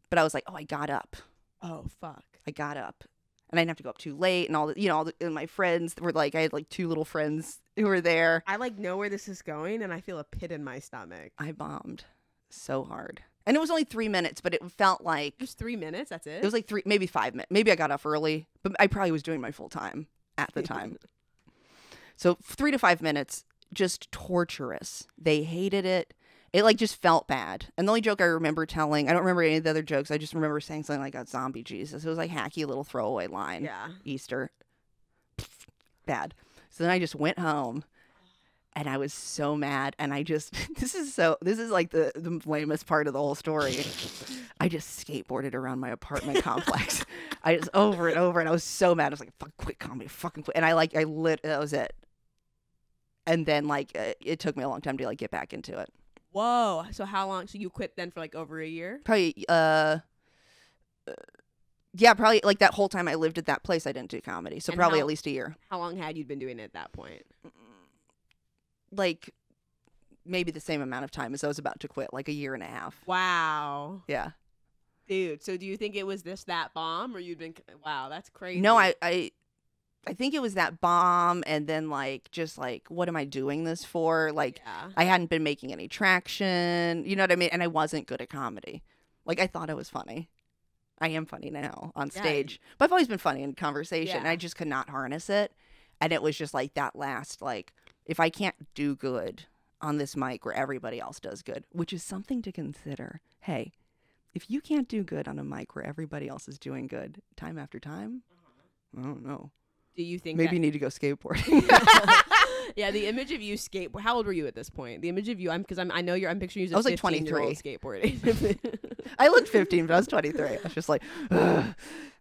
S2: but I was like, oh, I got up.
S3: Oh fuck.
S2: I got up and I didn't have to go up too late. And all the, you know, all the, and my friends were like, I had like two little friends who were there.
S3: I like know where this is going and I feel a pit in my stomach.
S2: I bombed so hard. And it was only three minutes, but it felt like
S3: Just three minutes, that's it?
S2: it was like three, maybe five minutes. Maybe I got off early, but I probably was doing my full time at the time. so three to five minutes, just torturous. They hated it. It like just felt bad. And the only joke I remember telling, I don't remember any of the other jokes. I just remember saying something like a zombie Jesus. It was like hacky little throwaway line. (laughs)
S3: Yeah.
S2: Easter. Bad. So then I just went home and I was so mad. And I just (laughs) this is so this is like the the lamest part of the whole story. I just skateboarded around my
S3: (laughs)
S2: apartment complex. I just over and over, and I was so mad. I was like, "Fuck, quit comedy, fucking quit." And I like I lit. That was it. And then like uh, it took me a long time to like get back into it.
S3: Whoa. So how long? So you quit then for like over a year?
S2: Probably uh. uh, Yeah, probably like that whole time I lived at that place, I didn't do comedy. So
S3: And
S2: probably
S3: how-
S2: at least a year.
S3: How long had you been doing it at that point?
S2: Like maybe the same amount of time as I was about to quit, like a year and a half.
S3: Wow.
S2: Yeah.
S3: Dude, so do you think it was this that bomb or you'd been wow, that's crazy.
S2: No, I, I, I think it was that bomb, and then like just like, what am I doing this for? Like,
S3: yeah.
S2: I hadn't been making any traction. You know what I mean? And I wasn't good at comedy. Like, I thought I was funny. I am funny now on
S3: Yeah.
S2: stage, but I've always been funny in conversation. and
S3: Yeah.
S2: I just could not harness it, and it was just like that last like, if I can't do good on this mic where everybody else does good, which is something to consider. Hey. If you can't do good on a mic where everybody else is doing good time after time,
S3: Mm-hmm.
S2: I don't know.
S3: Do you think
S2: Maybe you need to go skateboarding.
S3: that- Yeah, the image of you skate. How old were you at this point? The image of you, I'm because I'm. I know you're. I'm picturing you as a
S2: I was, like,
S3: 15 year old skateboarding.
S2: (laughs)
S3: (laughs)
S2: I looked 15, but I was 23. I was just like, (sighs) "Ugh,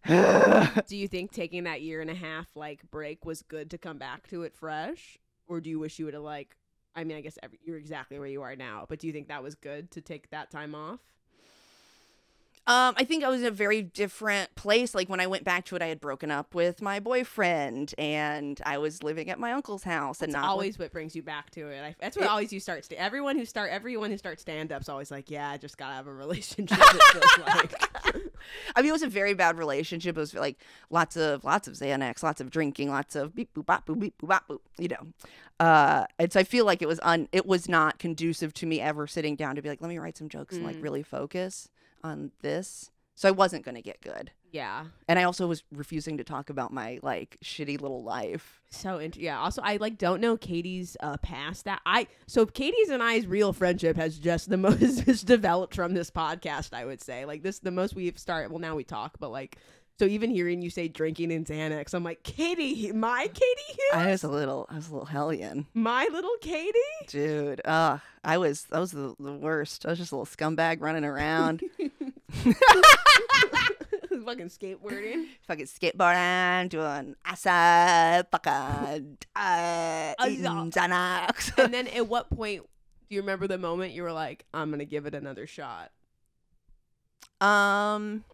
S2: ugh."
S3: do you think taking that year and a half like break was good to come back to it fresh, or do you wish you would have like? I mean, I guess every, you're exactly where you are now, but do you think that was good to take that time off?
S2: um, I think I was in a very different place. Like when I went back to it, I had broken up with my boyfriend, and I was living at my uncle's house, and
S3: It's
S2: not with-
S3: always what brings you back to it. I, that's what
S2: It-
S3: always you start. St- everyone who start, everyone who starts stand ups, always like, yeah, I just gotta have a
S2: (laughs)
S3: relationship. It feels like.
S2: I mean, it was a very bad relationship. It was like lots of lots of Xanax, lots of drinking, lots of beep boop bop boop beep boop bop boop. You know, uh, and so I feel like it was un it was not conducive to me ever sitting down to be like, let me write some jokes and like
S3: Mm.
S2: really focus on this. So I wasn't going to get good,
S3: Yeah.
S2: and I also was refusing to talk about my like shitty little life.
S3: So int- yeah. Also, I like don't know Katie's uh, past. That I so Katie's and I's real friendship has just the (laughs) most has developed from this podcast. I would say like this the most we've started. Well, now we talk, but like so even hearing you say drinking and Xanax, I'm like Katie, my Katie Hughes,
S2: I was a little, I was a little hellion,
S3: my little
S2: (laughs)
S3: Katie. (laughs)
S2: dude. Ugh, I was, I was the, the worst. I was just a little scumbag running around,
S3: Fucking skateboarding.
S2: fucking skateboarding, doing acid, fucking uh,
S3: Oh,
S2: eating
S3: yeah.
S2: Xanax.
S3: (laughs) and then at what point do you remember the moment you were like, I'm gonna give it
S2: (laughs)
S3: another shot? (laughs)
S2: um,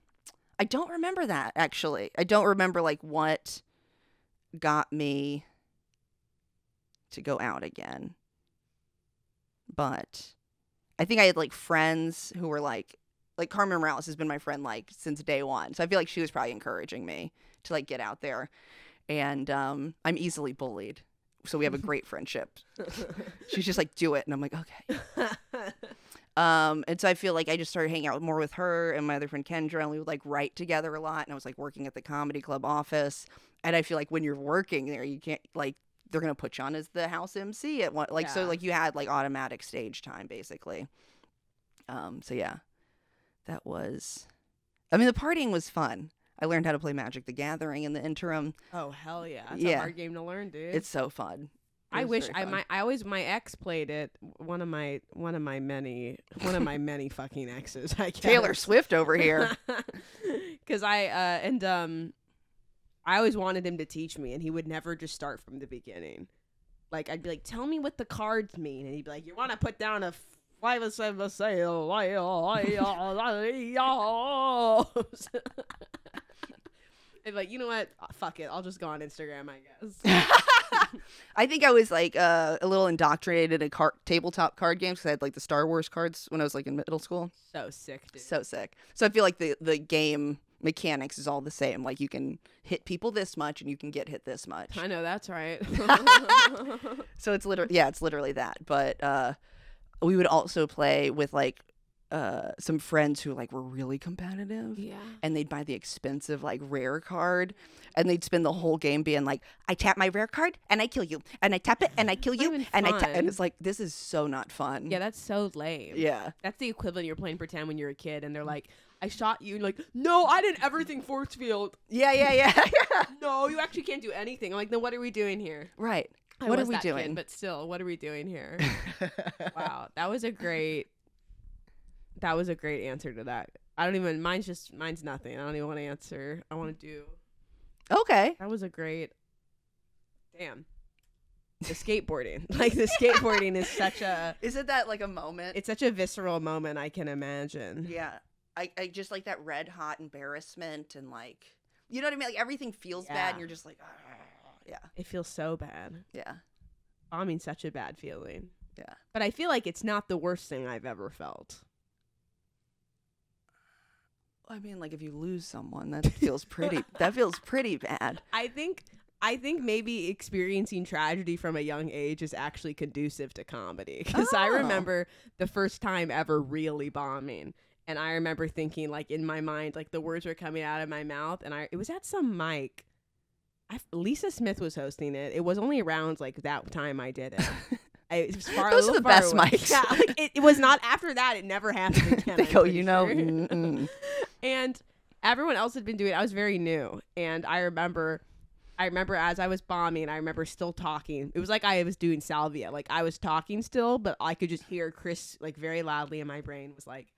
S2: I don't remember that actually. I don't remember like what got me to go out again. But I think I had like friends who were like, like Carmen Morales has been my friend like since day one. So I feel like she was probably encouraging me to like get out there. And um, I'm easily bullied. So we have a great friendship. She's just like, do it. And I'm like, okay. Um, and so I feel like I just started hanging out more with her and my other friend Kendra, and we would like write together a lot. And I was like working at the comedy club office. And I feel like when you're working there, you can't like they're gonna put you on as the house MC at one like so
S3: Yeah.
S2: like you had like automatic stage time basically. Um, so yeah. That was I mean the partying was fun. I learned how to play Magic the Gathering in the interim.
S3: oh hell yeah. That's a
S2: Yeah.
S3: hard game to learn, dude.
S2: It's so fun. It
S3: I
S2: was
S3: wish
S2: very
S3: I
S2: fun.
S3: my I always my ex played it. One of my one of my many one
S2: (laughs)
S3: of my many fucking exes. I guess.
S2: Taylor Swift
S3: (laughs)
S2: over here.
S3: Because I uh and um, I always wanted him to teach me, and he would never just start from the beginning. Like I'd be like, "Tell me what the cards mean," and he'd be like, "You want to put down a." Five of oh, seven (laughs) sail, (laughs) and like you know what? Fuck it, I'll just go on Instagram, I
S2: (laughs)
S3: guess.
S2: I think I was like uh, a little indoctrinated in car- tabletop card games because I had like the Star Wars cards when I was like in middle school.
S3: so sick, dude.
S2: So sick. So I feel like the the game mechanics is all the same. Like you can hit people this much and you can get hit this much.
S3: I know
S2: (laughs)
S3: that's right. (laughs)
S2: So it's literally yeah, it's literally that. But uh, we would also play with like uh, some friends who like were really competitive.
S3: yeah.
S2: and they'd buy the expensive like rare card and they'd spend the whole game being like i tap my rare card and i kill you and i tap it and i
S3: (sighs)
S2: kill
S3: Not
S2: you
S3: even
S2: and i ta-.
S3: fun.
S2: and it's like this is so not fun
S3: Yeah, that's so lame.
S2: yeah Mm.
S3: That's the equivalent you're playing pretend when you're a kid and they're like, I shot you and like, no, I did everything force field.
S2: yeah (laughs) yeah yeah, yeah.
S3: No, you actually can't do anything. I'm like, then what are we doing here?
S2: right
S3: I
S2: What are
S3: was
S2: we
S3: that kid,
S2: doing?
S3: but still, what are we
S2: (laughs)
S3: doing here? wow, that was a great. That was a great answer to that. I don't even. Mine's just. Mine's nothing. I don't even want to answer. I want to do.
S2: Okay.
S3: That was a great. Damn. The skateboarding, (laughs) like the skateboarding, is such a.
S2: Is it that like a moment?
S3: It's such a visceral moment. I can imagine.
S2: yeah. I, I just like that red hot embarrassment and like you know what I mean? Like everything feels bad
S3: Yeah.
S2: and you're just like "Ah." yeah.
S3: It feels so bad.
S2: Yeah.
S3: Bombing's such a bad feeling.
S2: Yeah.
S3: But I feel like it's not the worst thing I've ever felt.
S2: I mean like if you lose someone (laughs) that feels pretty that feels pretty bad.
S3: I think I think maybe experiencing tragedy from a young age is actually conducive to comedy (laughs) because I
S2: Oh.
S3: remember the first time ever really bombing. And I remember thinking, like in my mind, like the words were coming out of my mouth, and I it was at some mic. I, Lisa Smith was hosting it. It was only around like that time I did it.
S2: (laughs)
S3: I, it was far, a
S2: Those are
S3: little
S2: the
S3: far
S2: best
S3: away.
S2: mics.
S3: Yeah, like, it, it was not after that. It never (laughs) happened
S2: (laughs)
S3: again.
S2: they
S3: I'm
S2: go,
S3: pretty
S2: you know,
S3: sure."
S2: mm, (laughs) mm.
S3: and everyone else had been doing it. I was very new, and I remember, I remember as I was bombing, I remember still talking. It was like I was doing salvia, like I was talking still, but I could just hear Chris like very loudly in my brain was like,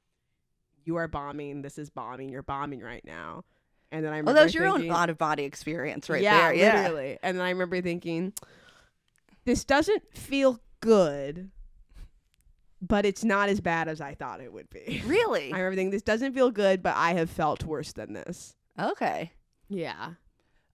S3: "You are bombing. This is bombing. You're bombing right now." And then I
S2: well,
S3: remember
S2: that was your
S3: thinking-
S2: own out of body experience right
S3: yeah,
S2: there. Yeah.
S3: literally. And then I remember thinking, "This doesn't feel good." But it's not as bad as I thought it would be. (laughs)
S2: Really?
S3: I remember thinking this doesn't feel good, but I have felt worse than this.
S2: Okay.
S3: Yeah.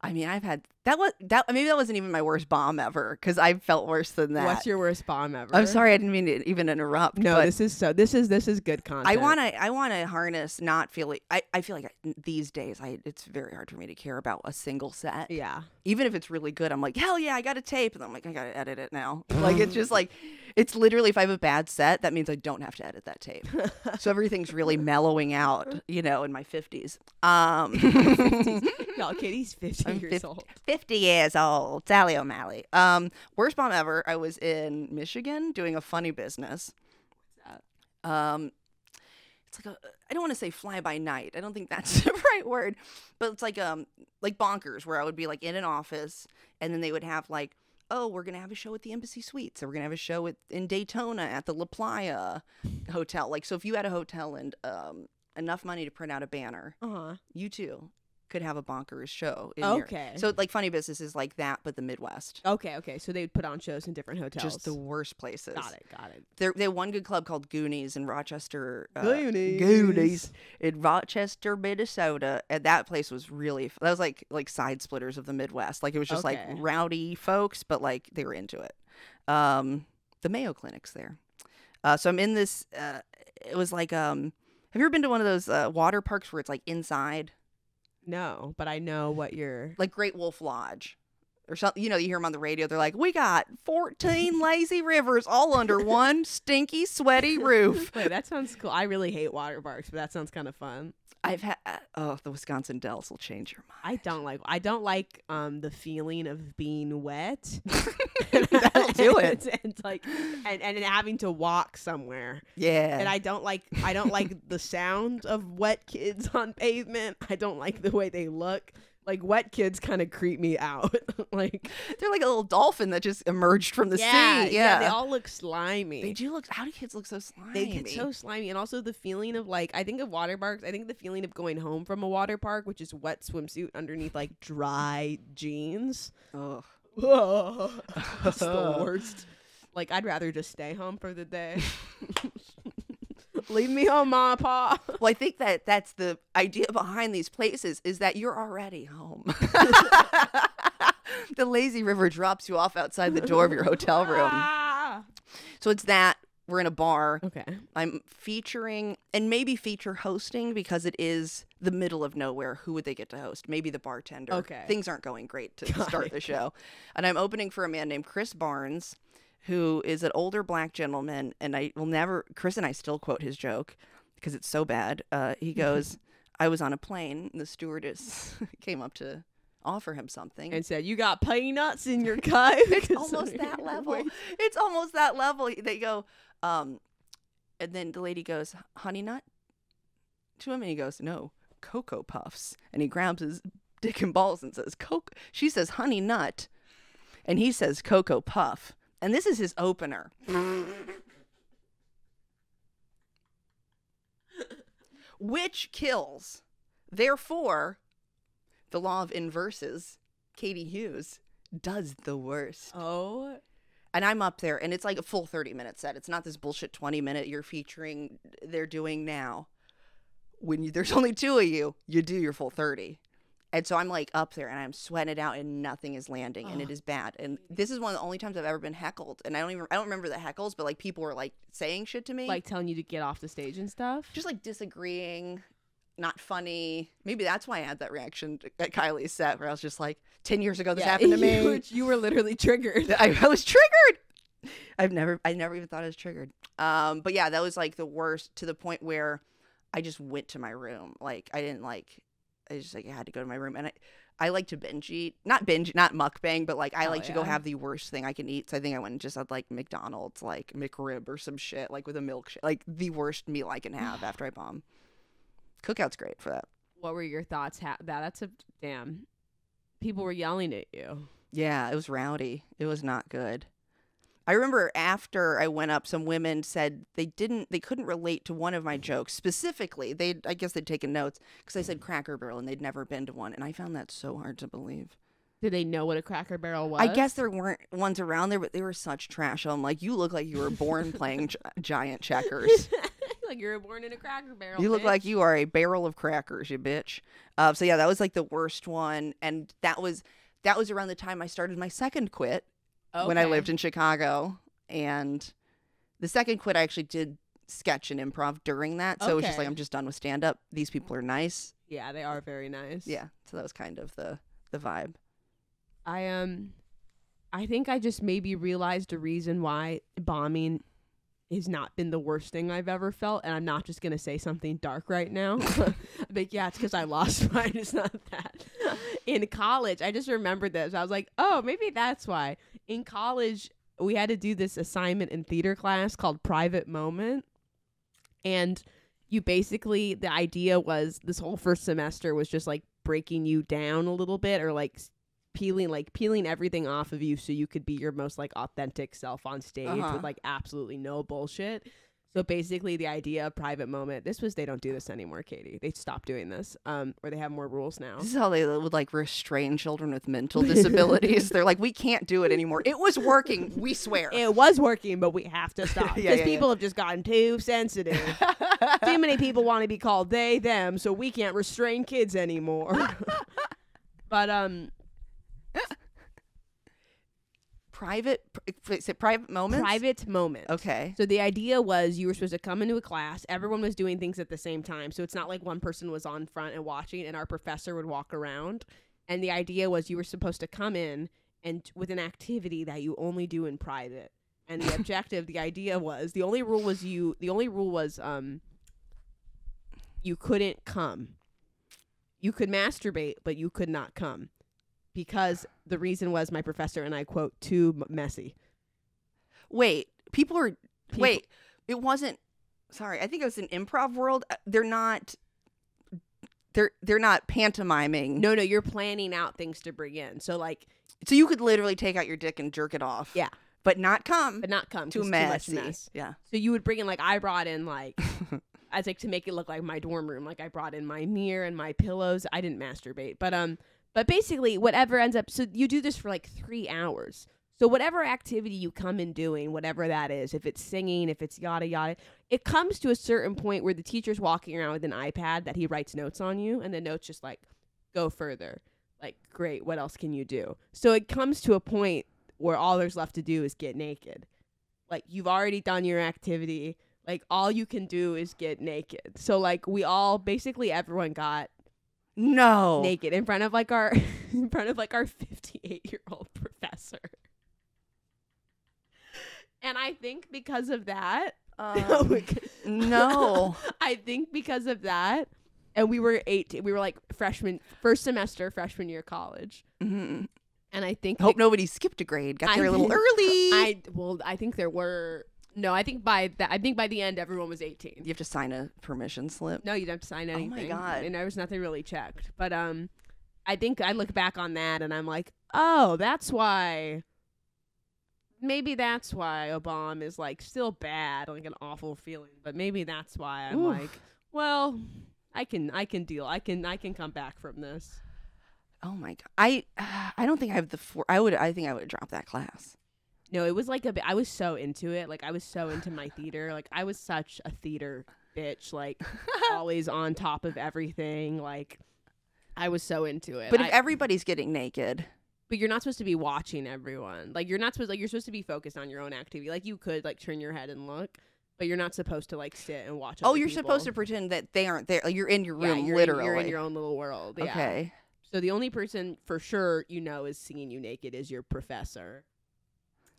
S2: I mean, I've had that was that maybe that wasn't even my worst bomb ever because I felt worse than that.
S3: What's your worst bomb ever?
S2: I'm sorry, I didn't mean to even interrupt.
S3: No,
S2: but
S3: this is so. This is this is good content.
S2: I want to. I want to harness not feeling. I, I feel like I, these days, I it's very hard for me to care about a single set. (laughs)
S3: Yeah.
S2: Even if it's really good, I'm like, hell yeah, I got a tape, and I'm like, I gotta edit it now. like it's just like, it's literally if I have a bad set, that means I don't have to edit that tape. so everything's really mellowing out, you know, in my fifties. Um,
S3: Y'all, Katie's 50
S2: I'm
S3: years
S2: fif-
S3: old.
S2: 50 years old, Sally O'Malley. Um, worst bomb ever. I was in Michigan doing a funny business. What's that? Um, it's like a, I don't want to say fly by night. I don't think that's (laughs) the right word, but it's like um, like bonkers, where I would be like in an office, and then they would have like, oh, we're gonna have a show at the Embassy Suites, or we're gonna have a show at, in Daytona at the La Playa Hotel. Like, so if you had a hotel and um, enough money to print out a banner,
S3: Uh huh.
S2: you too could have a bonkers show. In your-
S3: Okay.
S2: so like funny business is like that, but the Midwest.
S3: okay, okay. So they would put on shows in different hotels.
S2: Just the worst places.
S3: Oh, got it, got it.
S2: There, they had one good club called Goonies in Rochester. uh,
S3: Goonies.
S2: Goonies in Rochester, Minnesota, and that place was really. f- That was like like side splitters of the Midwest. Like it was just
S3: Okay.
S2: like rowdy folks, but like they were into it. Um, the Mayo Clinic's there, uh, so I'm in this. Uh, it was like um, have you ever been to one of those uh, water parks where it's like inside?
S3: No, but I know what you're.
S2: like Great Wolf Lodge or something. You know, you hear them on the radio. They're like, we got 14 lazy rivers all (laughs) under one stinky, sweaty roof.
S3: (laughs) Wait, that sounds cool. I really hate water parks, but that sounds kind of fun.
S2: I've had, oh, the Wisconsin Dells will change your mind.
S3: I don't like. I don't like um the feeling of
S2: (laughs)
S3: being wet. (laughs)
S2: That'll do it.
S3: and, and like, and and having to walk somewhere.
S2: Yeah.
S3: and I don't like I
S2: (laughs)
S3: don't like the sound of wet kids on pavement. I don't like the way they look. Like wet kids kind of creep me out. (laughs) like
S2: they're like a little dolphin that just emerged from the sea. Yeah.
S3: they all look slimy.
S2: They do look, how do kids look so slimy?
S3: They get so slimy, and also the feeling of like I think of water parks. I think the feeling of going home from a water park, which is wet swimsuit underneath like dry jeans.
S2: Ugh.
S3: That's (laughs) the worst. Like I'd rather just stay home for the (laughs) day. Leave me home, ma, pa.
S2: Well, I think that that's the idea behind these places is that you're already (laughs) home. the lazy river drops you off outside the door of your hotel (laughs) room.
S3: Ah.
S2: So it's that. We're in a bar.
S3: Okay.
S2: I'm featuring and maybe feature hosting because it is the middle of nowhere. Who would they get to host? Maybe the bartender.
S3: Okay.
S2: Things aren't going great to
S3: (laughs) Got
S2: start
S3: it.
S2: the show. And I'm opening for a man named Chris Barnes, who is an older black gentleman. And I will never, Chris and I still quote his joke because it's so bad. Uh,
S3: (laughs)
S2: he goes, I was on a plane. And the stewardess (laughs) came up to offer him something.
S3: and said, "You got peanuts in your (laughs) cup."
S2: it's almost
S3: (laughs)
S2: that level. It's almost that level. They go, um, and then the lady goes, "Honey nut," to him, and he goes, "No, cocoa puffs." And he grabs his dick and balls and says, "Coke." She says, "Honey nut." and he says Cocoa Puff. And this is his opener. (laughs) Which kills. Therefore, the law of inverses, Katie Hughes does the worst.
S3: Oh,
S2: And I'm up there, and it's like a full 30 minute set. It's not this bullshit 20 minute you're featuring, they're doing now. When you, there's (laughs) only two of you, you do your full 30. And so I'm like up there and I'm sweating it out and nothing is landing and it
S3: Ugh.
S2: is bad. And this is one of the only times I've ever been heckled. And I don't even I don't remember the heckles, but like people were like saying shit to me.
S3: like telling you to get off the stage and stuff.
S2: just like disagreeing, not funny. Maybe that's why I had that reaction t- at Kylie's set where I was just like, 10 years ago this
S3: Yeah, (laughs)
S2: happened to
S3: you
S2: me.
S3: were- You were literally triggered.
S2: I, I was triggered. (laughs) I've never, I never even thought I was triggered. Um, but yeah, that was like the worst to the point where I just went to my room. Like I didn't like, I just like I had to go to my room, and I, I like to binge eat, not binge, not mukbang, but like I
S3: Oh,
S2: like to go
S3: yeah.
S2: have the worst thing I can eat. So I think I went and just had like McDonald's, like McRib or some shit, like with a milkshake, like the worst meal I can have
S3: (sighs)
S2: after I bomb. Cookout's great for that.
S3: What were your thoughts? Ha- that that's a damn. People were yelling at you.
S2: Yeah, it was rowdy. It was not good. I remember after I went up, some women said they didn't, they couldn't relate to one of my jokes specifically. They, I guess they'd taken notes because I said Cracker Barrel and they'd never been to one, and I found that so hard to believe.
S3: Did they know what a Cracker Barrel was?
S2: I
S3: (laughs)
S2: guess there weren't ones around there, but they were such trash. I'm like, you look like you were born playing gi- giant
S3: (laughs)
S2: checkers.
S3: like you were born in a Cracker Barrel.
S2: You look
S3: bitch.
S2: like you are a barrel of crackers, you bitch. Uh, so yeah, that was like the worst one, and that was that was around the time I started my second quit. when I
S3: Okay.
S2: lived in Chicago. And the second quit, I actually did sketch and improv during that. So it was just like,
S3: Okay.
S2: I'm just done with stand up. These people are nice.
S3: Yeah, they are very nice.
S2: Yeah. So that was kind of the, the vibe.
S3: I um I think I just maybe realized a reason why bombing has not been the worst thing I've ever felt and I'm not just going to say something dark right now. but yeah, it's cuz I lost (laughs) mine. It's not that. In college, I just remembered this. I was like, "Oh, maybe that's why." In college, we had to do this assignment in theater class called Private Moment. And you basically the idea was this whole first semester was just like breaking you down a little bit or like s- peeling like peeling everything off of you so you could be your most like authentic self on stage
S2: Uh-huh.
S3: with like absolutely no bullshit. So basically the idea of private moment this was they don't do this anymore, Katie. They stopped doing this. Um or they have more rules now.
S2: This is how they would like restrain children with
S3: (laughs)
S2: mental disabilities. They're like, we can't do it anymore. It was working. We swear.
S3: It was working, but we have
S2: (laughs)
S3: to stop because
S2: Yeah, yeah, yeah.
S3: people have just gotten too sensitive. too many people want to be called they, them, so we can't restrain kids anymore. (laughs) but um,
S2: private, pri- is it private moments?
S3: private moments.
S2: Okay.
S3: So the idea was you were supposed to come into a class. Everyone was doing things at the same time, so it's not like one person was on front and watching, and our professor would walk around. And the idea was you were supposed to come in and with an activity that you only do in private.
S2: (laughs)
S3: And the objective, the idea was the only rule was you. The only rule was um, you couldn't come. You could masturbate, but you could not come because the reason was my professor and I quote too m- messy.
S2: Wait. People are,
S3: People-
S2: wait. It wasn't, sorry. I think it was an improv world. Uh, They're not, they're, they're not pantomiming.
S3: No, no, you're planning out things to bring in. So like,
S2: So you could literally take out your dick and jerk it off.
S3: Yeah.
S2: But not come.
S3: but not come
S2: too
S3: 'cause
S2: messy.
S3: Too much mess.
S2: Yeah.
S3: So you would bring in like I brought in like I was like to make it look like my dorm room. Like I brought in my mirror and my pillows. I didn't masturbate, but um, but basically whatever ends up. So you do this for like three hours. So whatever activity you come in doing, whatever that is, if it's singing, if it's yada yada, it comes to a certain point where the teacher's walking around with an iPad that he writes notes on you, and the notes just like go further. Like great, what else can you do? So it comes to a point where all there's left to do is get naked. Like you've already done your activity. Like all you can do is get naked. So like we all basically everyone got
S2: No. (laughs)
S3: (laughs) naked in front of like our in front of like our (laughs) 58 year old professor. And I think because of that, Oh my
S2: Um,
S3: God.
S2: (laughs) no.
S3: (laughs) I think because of that, and we were 18, we were like freshman first semester freshman year college.
S2: Mhm.
S3: And I think
S2: Hope nobody skipped a grade. Got
S3: I
S2: there a little
S3: think-
S2: early.
S3: (laughs) I well, I think there were no. I think by that, I think by the end, everyone was eighteen.
S2: you have to sign a permission slip.
S3: No, you would have to sign
S2: Oh my
S3: anything.
S2: God.
S3: And there was nothing really checked. But um, I think I look back on that and I'm like, oh, that's why maybe that's why Obama is like still bad, like an awful feeling. But maybe that's why I'm
S2: Oof.
S3: like, well, I can I can deal. I can I can come back from this.
S2: Oh my god. I I don't think I have the four. I would I think I would drop that class.
S3: No, it was like a bi- I was so into it. Like I was so
S2: (laughs)
S3: into my theater. Like I was such a theater bitch. Like always on top of everything. Like I was so into it.
S2: But
S3: I-
S2: if everybody's getting naked,
S3: but you're not supposed to be watching everyone. Like you're not supposed like you're supposed to be focused on your own activity. Like you could like turn your head and look, but you're not supposed to like sit and watch.
S2: oh,
S3: other
S2: you're supposed to
S3: people.
S2: pretend that they aren't there. Like, you're in your
S3: Yeah,
S2: room,
S3: you're in-
S2: literally.
S3: you're in your own little world. Yeah.
S2: Okay.
S3: So the only person for sure you know is seeing you naked is your professor.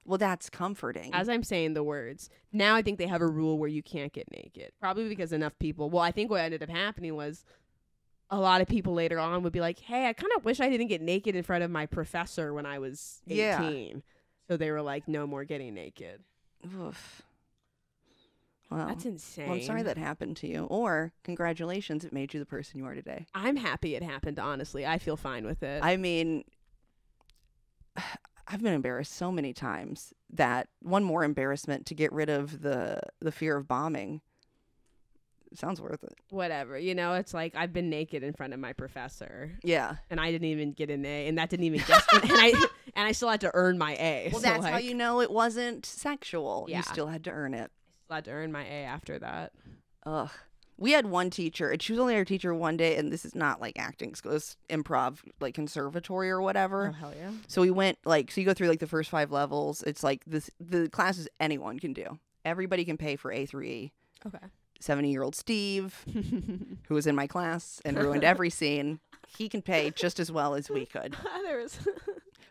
S2: Well, that's comforting.
S3: As I'm saying the words, now I think they have a rule where you can't get naked. Probably because enough people. Well, I think what ended up happening was a lot of people later on would be like, "Hey, I kind of wish I didn't get naked in front of my professor when I was
S2: Yeah.
S3: 18." So they were like, "No more getting naked."
S2: Oof. Oh. Well,
S3: That's insane.
S2: well, I'm sorry that happened to you. Or congratulations, it made you the person you are today.
S3: I'm happy it happened. Honestly, I feel fine with it.
S2: I mean, (sighs) I've been embarrassed so many times that one more embarrassment to get rid of the the fear of bombing sounds worth it.
S3: Whatever, you know, it's like I've been naked in front of my professor,
S2: Yeah.
S3: and I didn't even get an A, and that didn't even get, and I (laughs) and I still had to earn my A.
S2: Well,
S3: so,
S2: that's how
S3: like,
S2: you know it wasn't sexual.
S3: Yeah.
S2: You still had to earn it.
S3: still had to earn my A after that.
S2: Ugh. We had one teacher, and she was only our teacher one day, and this is not like acting school, it's improv, like conservatory or whatever.
S3: Oh, hell yeah!
S2: So we went like so you go through like the first five levels. It's like this the classes anyone can do. Everybody can pay for A through E.
S3: Okay.
S2: Seventy year old Steve, who was in my class and ruined every scene, he can pay just as well as we could.
S3: (laughs) there was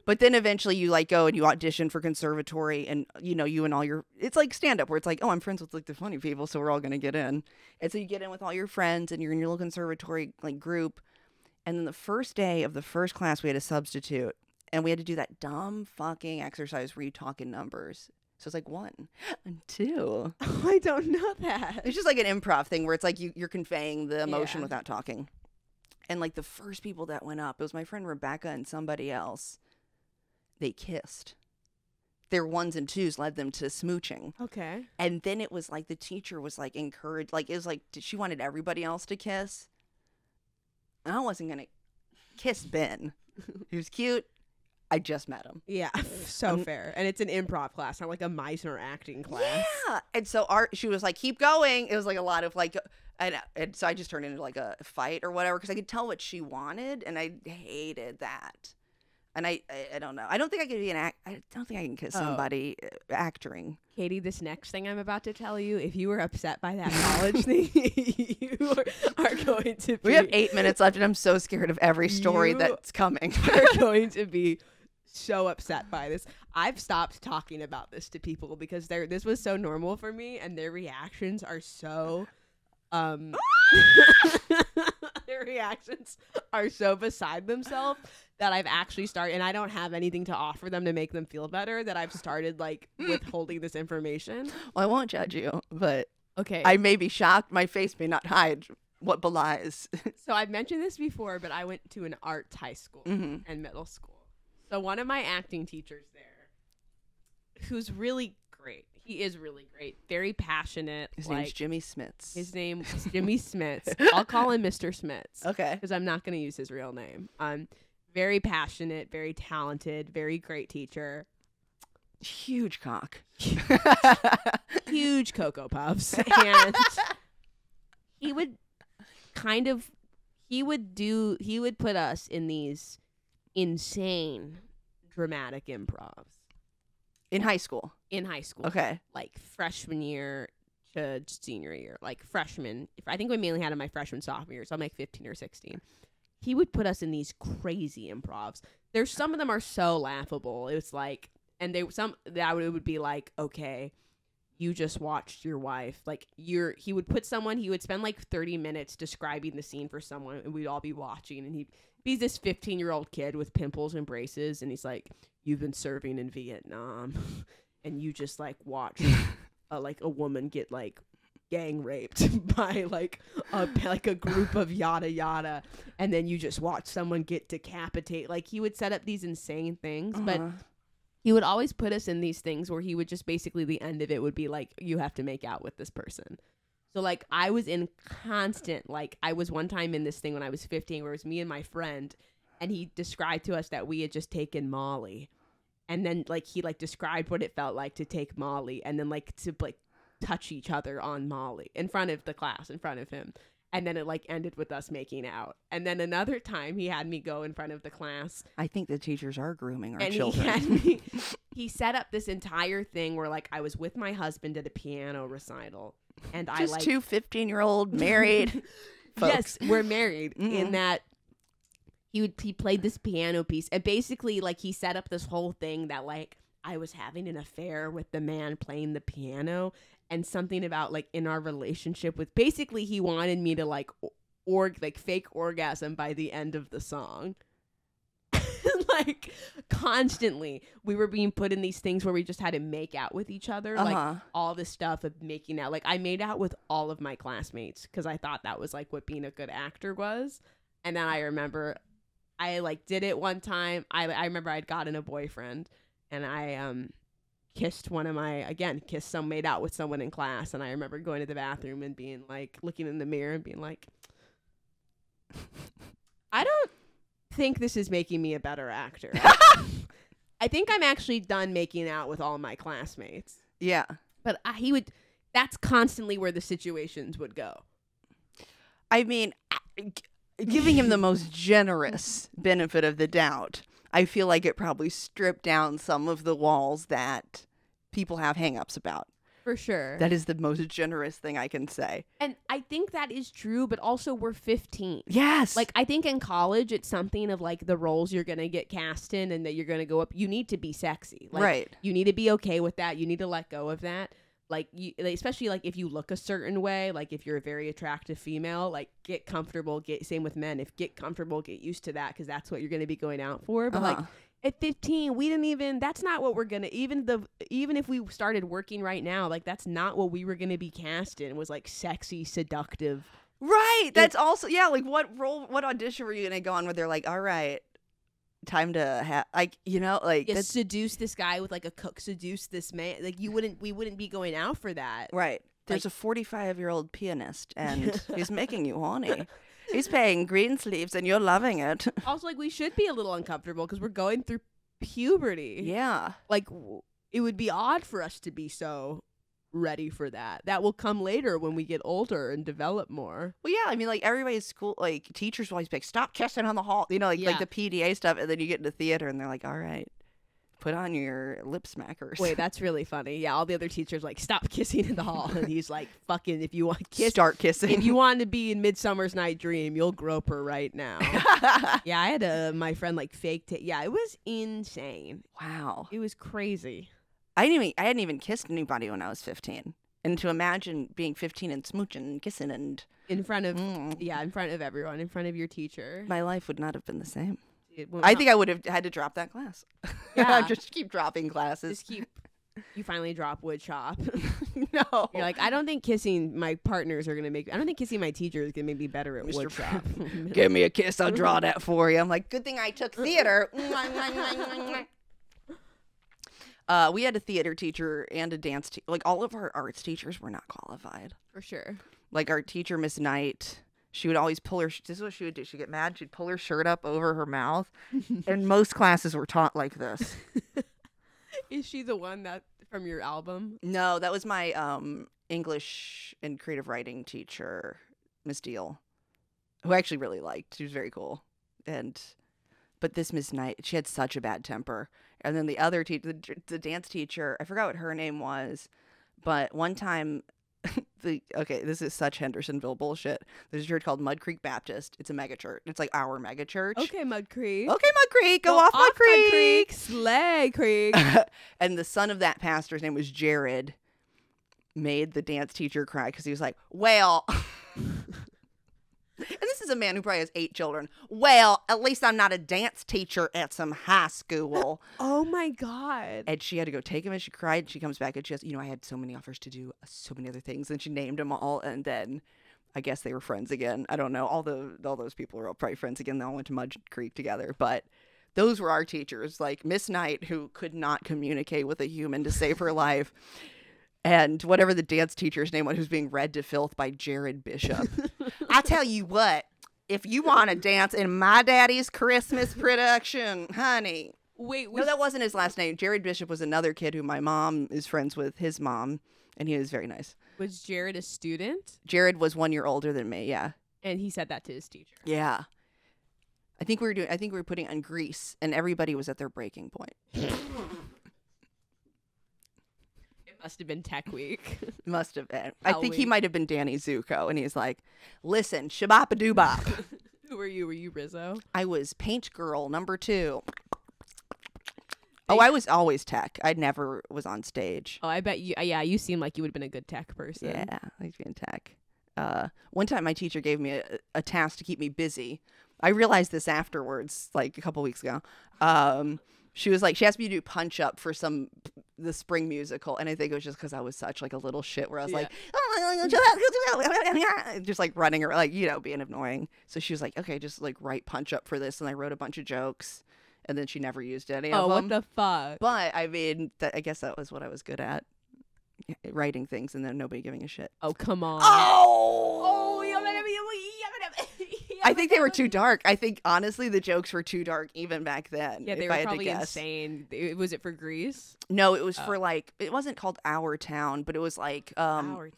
S2: But then eventually you like go and you audition for conservatory and you know, you and all your it's like stand up where it's like, Oh, I'm friends with like the funny people, so we're all gonna get in. And so you get in with all your friends and you're in your little conservatory like group. And then the first day of the first class we had a substitute and we had to do that dumb fucking exercise where you talk in numbers. So it's like one and two.
S3: (laughs) I don't know that.
S2: It's just like an improv thing where it's like you, you're conveying the emotion
S3: Yeah.
S2: without talking. And like the first people that went up, it was my friend Rebecca and somebody else. They kissed. Their ones and twos led them to smooching.
S3: Okay.
S2: And then it was like the teacher was like encouraged, like it was like t- she wanted everybody else to kiss. And I wasn't going to kiss Ben. he was cute. I just met him.
S3: (laughs) Yeah, so fair. And it's an improv class, not like a Meisner acting class.
S2: Yeah. And so our she was like, keep going. It was like a lot of like, and, and so I just turned into like a fight or whatever because I could tell what she wanted and I hated that. And I, I, I don't know. I don't think I could be an act. I don't think I can kiss
S3: Oh.
S2: somebody uh, acting.
S3: Katie, this next thing I'm about to tell you, if you were upset by (laughs) that college thing, you are, are going to be
S2: We have eight minutes left and I'm so scared of every story
S3: You-
S2: that's (laughs) coming.
S3: are going to be so upset by this. I've stopped talking about this to people because they this was so normal for me and their reactions are so um (laughs) their reactions are so beside themselves that I've actually started and I don't have anything to offer them to make them feel better that I've started like withholding this information.
S2: well, I won't judge you, but
S3: Okay.
S2: I may be shocked. My face may not hide what belies.
S3: So I've mentioned this before, but I went to an arts high school
S2: Mhm.
S3: and middle school. So one of my acting teachers there, who's really great, he is really great, very passionate.
S2: His
S3: like,
S2: name's Jimmy Smits.
S3: His name is Jimmy Smits.
S2: (laughs)
S3: I'll call him Mr. Smits
S2: okay.
S3: because I'm not going to use his real name. Um, very passionate, very talented, very great teacher.
S2: Huge (laughs) cock.
S3: huge
S2: (laughs)
S3: cocoa puffs and he would kind of he would do he would put us in these insane dramatic improvs
S2: In high school.
S3: in high school
S2: Okay.
S3: like freshman year to senior year like freshman if i think we mainly had it my freshman sophomore year so i'm like 15 or 16 he would put us in these crazy improvs there's some of them are so laughable it was like and they some that would, it would be like okay you just watched your wife like you're he would put someone he would spend like 30 minutes describing the scene for someone and we'd all be watching and he he's this 15 year old kid with pimples and braces and he's like you've been serving in vietnam (laughs) and you just like watch uh, like a woman get like gang raped (laughs) by like a like a group of yada yada and then you just watch someone get decapitate like he would set up these insane things but
S2: Uh-huh.
S3: he would always put us in these things where he would just basically the end of it would be like you have to make out with this person so like i was in constant like i was one time in this thing when i was 15 where it was me and my friend and he described to us that we had just taken molly and then like he like described what it felt like to take molly and then like to like touch each other on molly in front of the class in front of him and then it like ended with us making out and then another time he had me go in front of the class
S2: I think the teachers are grooming our
S3: and
S2: children.
S3: He,
S2: (laughs)
S3: had me, he set up this entire thing where like I was with my husband at a piano recital, and I
S2: Just
S3: like
S2: two 15 year old (laughs) married folks.
S3: yes, we're married
S2: Mhm.
S3: in that. He would he played this piano piece, and basically like he set up this whole thing that like I was having an affair with the man playing the piano, and something about like in our relationship with basically he wanted me to like o- org like fake orgasm by the end of the song. (laughs) like constantly we were being put in these things where we just had to make out with each other like
S2: Uh-huh.
S3: all this stuff of making out like i made out with all of my classmates because i thought that was like what being a good actor was and then i remember i like did it one time i, I remember i'd gotten a boyfriend and i um kissed one of my again kissed some made out with someone in class and i remember going to the bathroom and being like looking in the mirror and being like i don't think this is making me a better actor i think i'm actually done making out with all my classmates
S2: Yeah.
S3: but I, he would. That's constantly where the situations would go.
S2: I mean, I- g- giving him the most generous benefit of the doubt, I feel like it probably stripped down some of the walls that people have hangups about.
S3: For sure.
S2: That is the most generous thing I can say.
S3: and I think that is true, but also we're 15.
S2: Yes.
S3: Like, I think in college, it's something of like the roles you're going to get cast in and that you're going to go up. You need to be sexy. Like,
S2: right.
S3: You need to be okay with that. You need to let go of that. Like, you, like, especially like if you look a certain way, like if you're a very attractive female, like get comfortable. Get same with men. If get comfortable, get used to that because that's what you're going to be going out for. But like
S2: Uh-huh.
S3: at 15 we didn't even that's not what we're gonna even the even if we started working right now like that's not what we were gonna be cast in was like sexy seductive
S2: Right. That's also yeah. Like what role? What audition were you gonna go on where they're like, all right, time to have like you know like
S3: yeah,
S2: that's
S3: seduce this guy with like a cook seduce this man like you wouldn't we wouldn't be going out for that
S2: right. There's a 45 year old (laughs) pianist and he's making you (laughs) horny. He's paying green sleeves and you're loving it.
S3: (laughs)
S2: (laughs)
S3: also like we should be a little uncomfortable because we're going through puberty
S2: Yeah.
S3: like w- it would be odd for us to be so ready for that that will come later when we get older and develop more
S2: Well, yeah. I mean, like everybody's school, like teachers will always be like, stop kissing on the hall, you know, like
S3: Yeah.
S2: like the PDA stuff. And then you get into theater and they're like, all right, put on your lip smackers. (laughs)
S3: Wait, that's really funny. Yeah, all the other teachers like stop kissing in the hall, and he's like, "Fucking, if you want kiss,
S2: start kissing. (laughs)
S3: if you want to be in Midsummer's Night Dream, you'll grope her
S2: (laughs)
S3: right now." yeah, I had a my friend like faked it. Yeah, it was insane.
S2: wow.
S3: It was crazy.
S2: I didn't even, I hadn't even kissed anybody when I was 15. And to imagine being 15 and smooching and kissing and
S3: In front of
S2: mm,
S3: yeah, in front of everyone, in front of your teacher.
S2: my life would not have been the same.
S3: It went-
S2: I think I would have had to drop that class. (laughs)
S3: Yeah.
S2: just keep dropping classes. (laughs)
S3: (laughs) just keep. You finally drop wood chop.
S2: no.
S3: (laughs) You're
S2: (laughs)
S3: like, I don't think kissing my partners are gonna make. I don't think kissing my teacher is gonna make me better at
S2: Mr.
S3: wood chop.
S2: (laughs)
S3: (laughs)
S2: give me a kiss. I'll draw that for you. I'm like, good thing I took theater. (laughs) uh, we had a theater teacher and a dance teacher. Like all of our arts teachers were not qualified.
S3: (laughs) For sure.
S2: Like our teacher, Miss Knight, she would always pull her. This is what she would do. She'd get mad. She'd pull her shirt up over her
S3: (laughs)
S2: mouth. and most classes were taught like this.
S3: Is she the one that from your album?
S2: No, that was my um, English and creative writing teacher, Miss Deal, who I actually really liked. She was very cool. And but this Miss Knight, she had such a bad temper. And then the other teacher, the, d- the dance teacher, I forgot what her name was, but one time. (laughs) The, okay, this is such Hendersonville bullshit. There's a church called Mud Creek Baptist. It's a mega church. It's like our mega church.
S3: Okay, Mud Creek.
S2: Okay, Mud Creek, go
S3: Well,
S2: off, Mud Creek.
S3: Slay
S2: (laughs)
S3: Creek.
S2: and the son of that pastor's name was Jared, made the dance teacher cry because he was like, Well, (laughs) and this is a man who probably has eight children. Well, at least I'm not a dance teacher at some high school.
S3: oh my god.
S2: and she had to go take him and she cried. And she comes back and she goes, You know, I had so many offers to do uh, so many other things. And she named them all. And then. I guess they were friends again. I don't know. All the all those people are all probably friends again. They all went to Mudge Creek together, but those were our teachers, like Miss Knight, who could not communicate with a human to save her life, and whatever the dance teacher's name was, who's being read to filth by Jared Bishop. I tell you what, if you want to dance in my daddy's Christmas production, honey,
S1: Wait, we
S2: no, that wasn't his last name. Jared Bishop was another kid who my mom is friends with, his mom, and he was very nice.
S3: was Jared a student?
S2: Jared was one year older than me. Yeah.
S3: And he said that to his teacher.
S2: Yeah. I think we were doing, I think we were putting on Grease, and everybody was at their breaking point.
S3: It must have been (laughs) tech week.
S2: Must have been. I think he
S3: Halloween.
S2: might have been Danny Zuko, and he's like, listen, shabapa doobop.
S3: Who were you? Were you Rizzo?
S2: I was paint girl number two. Oh, I was always tech. I never was on stage.
S3: Oh, I bet you. uh, yeah, you seem like you would have been a good tech person.
S2: Yeah, I liked being tech. Uh, one time, my teacher gave me a, a task to keep me busy. I realized this afterwards, like a couple weeks ago. Um, she was like, she asked me to do punch up for some the spring musical, and I think it was just because I was such like a little shit where I was like, "Oh, just like running or like you know being annoying. So she was like, okay, just like write punch up for this, and I wrote a bunch of jokes, and then she never used any of
S3: Oh,
S2: them.
S3: what the fuck?
S2: But I mean, that, I guess that was what I was good at writing things and then nobody giving a shit.
S3: Oh, come on.
S2: Oh! I think they were too
S3: dark.
S2: dark. I think, honestly, the jokes were too dark even back then.
S3: Yeah, they
S2: if
S3: were
S2: I had
S3: probably
S2: to guess.
S3: insane. Oh. It- Was it for Greece?
S2: No, it was for like, it wasn't called Our Town, but it was like um,
S3: Our-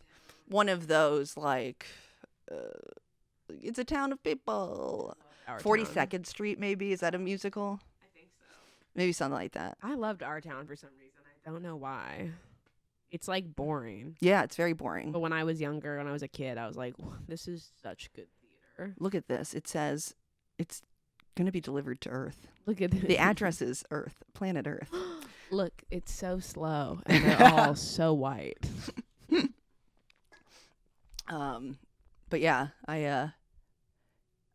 S2: one of those, like, uh, it's a town of people.
S3: Our
S2: 42nd
S3: Town.
S2: Street, maybe? Is that a musical?
S3: I think so.
S2: Maybe something like that.
S3: I loved Our Town for some reason. I don't know why. It's like boring.
S2: Yeah, it's very boring.
S3: But when I was younger, when I was a kid, I was like, "Wha- this is such good theater.
S2: Look at this. It says it's going to be delivered to Earth.
S3: Look at
S2: The address is Earth, planet Earth.
S3: Look, it's
S2: (laughs)
S3: so slow. And they're all so white.
S2: Um, but yeah, I uh,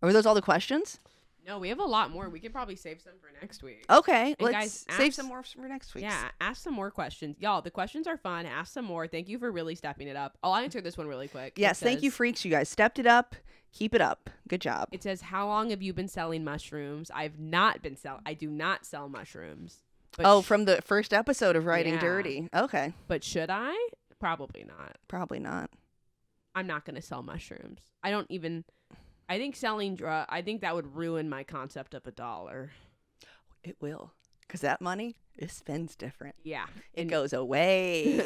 S2: were those all the questions?
S3: No, we have a lot more. We could probably save some for next week.
S2: Okay,
S3: And
S2: let's
S3: guys,
S2: save
S3: apps-
S2: some more for next week.
S3: Yeah, ask some more questions. Y'all, the questions are fun. Ask some more. Thank you for really stepping it up. I'll answer this one really quick. It
S2: Yes, thank you,
S3: says-
S2: freaks. You guys stepped it up. Keep it up. Good job.
S3: It says, "How long have you been selling mushrooms?" I've not been sell. I do not sell mushrooms. But
S2: oh,
S3: sh-
S2: from the first episode of Writing
S3: Yeah.
S2: Dirty. Okay,
S3: but should I? Probably not.
S2: probably not.
S3: I'm not going to sell mushrooms. I don't even. I think selling drug. I think that would ruin my concept of a dollar.
S2: It will, cause that money it spends different.
S3: Yeah,
S2: It
S3: and
S2: goes
S3: (laughs)
S2: away.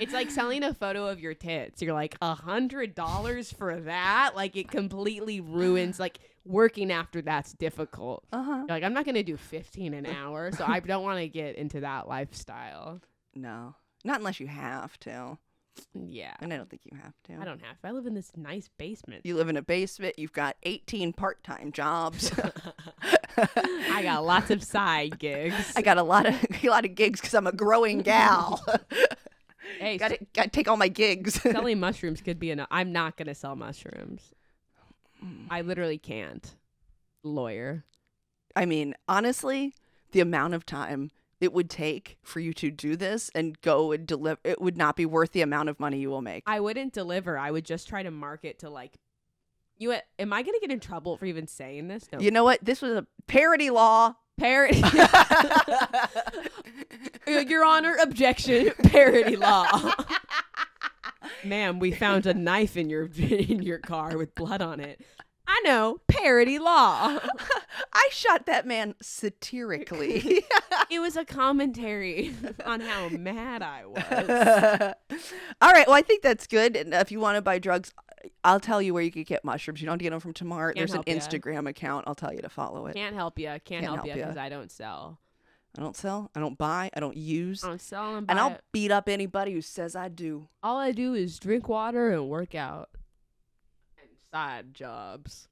S3: It's like selling a photo of your tits. You're like a hundred dollars for that. Like it completely ruins. Like working after that's difficult.
S2: uh huh.
S3: You're like I'm not going to do 15 an hour, so I don't want to get into that lifestyle.
S2: No, not unless you have to,
S3: Yeah.
S2: and I don't think you have to.
S3: I don't have. I live in this nice basement.
S2: You live in a basement. You've got 18 part time jobs. (laughs)
S3: I got lots of side gigs.
S2: I got a lot of (laughs) a lot of gigs because I'm a growing gal. (laughs)
S3: hey,
S2: got to got to take all my gigs.
S3: s- selling mushrooms could be enough. I'm not gonna sell mushrooms. I literally can't. Lawyer.
S2: (laughs) I mean, honestly, the amount of time it would take for you to do this and go and deliver it would not be worth the amount of money you will make.
S3: I wouldn't deliver. I would just try to market to like. You know what? am I gonna get in trouble for even saying this? No.
S2: you know what? This was a parody law. (laughs)
S3: parody, Your Honor, objection, (laughs) parody law. Ma'am, we found a knife in your in your car with blood on it. I know, parody law.
S2: I shot that man satirically.
S3: it was a commentary on how mad I was.
S2: (laughs) All right. Well, I think that's good. And if you want to buy drugs, I'll tell you where you could get mushrooms. You don't have to get them from Tamar.
S3: Can't
S2: There's an
S3: help ya.
S2: Instagram account. I'll tell you to follow it.
S3: Can't help you. Can't, help,
S2: help
S3: you
S2: ya.
S3: because I don't sell.
S2: I don't sell. I don't buy. I don't use.
S3: I don't sell and Oh, buy.
S2: and I'll
S3: it.
S2: beat up anybody who says I
S3: (laughs)
S2: do. (laughs)
S3: All I do is drink water and work out and side jobs.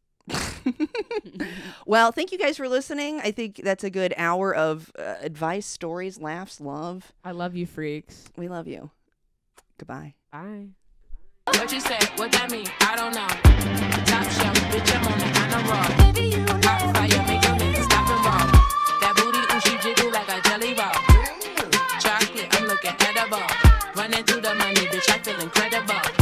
S2: Well, thank you guys for listening. I think that's a good hour of uh, advice, stories, laughs, love.
S3: I love you, freaks.
S2: We love you. Goodbye.
S3: Bye.
S1: What you say? What that mean? I don't know. Top shelf, bitch, I'm on it. I know raw. Baby, you Hot fire, make your niggas stop and roll. That booty, ooh, she jiggle like a jelly roll. Chocolate, I'm looking edible. Running through the money, bitch, I feel incredible.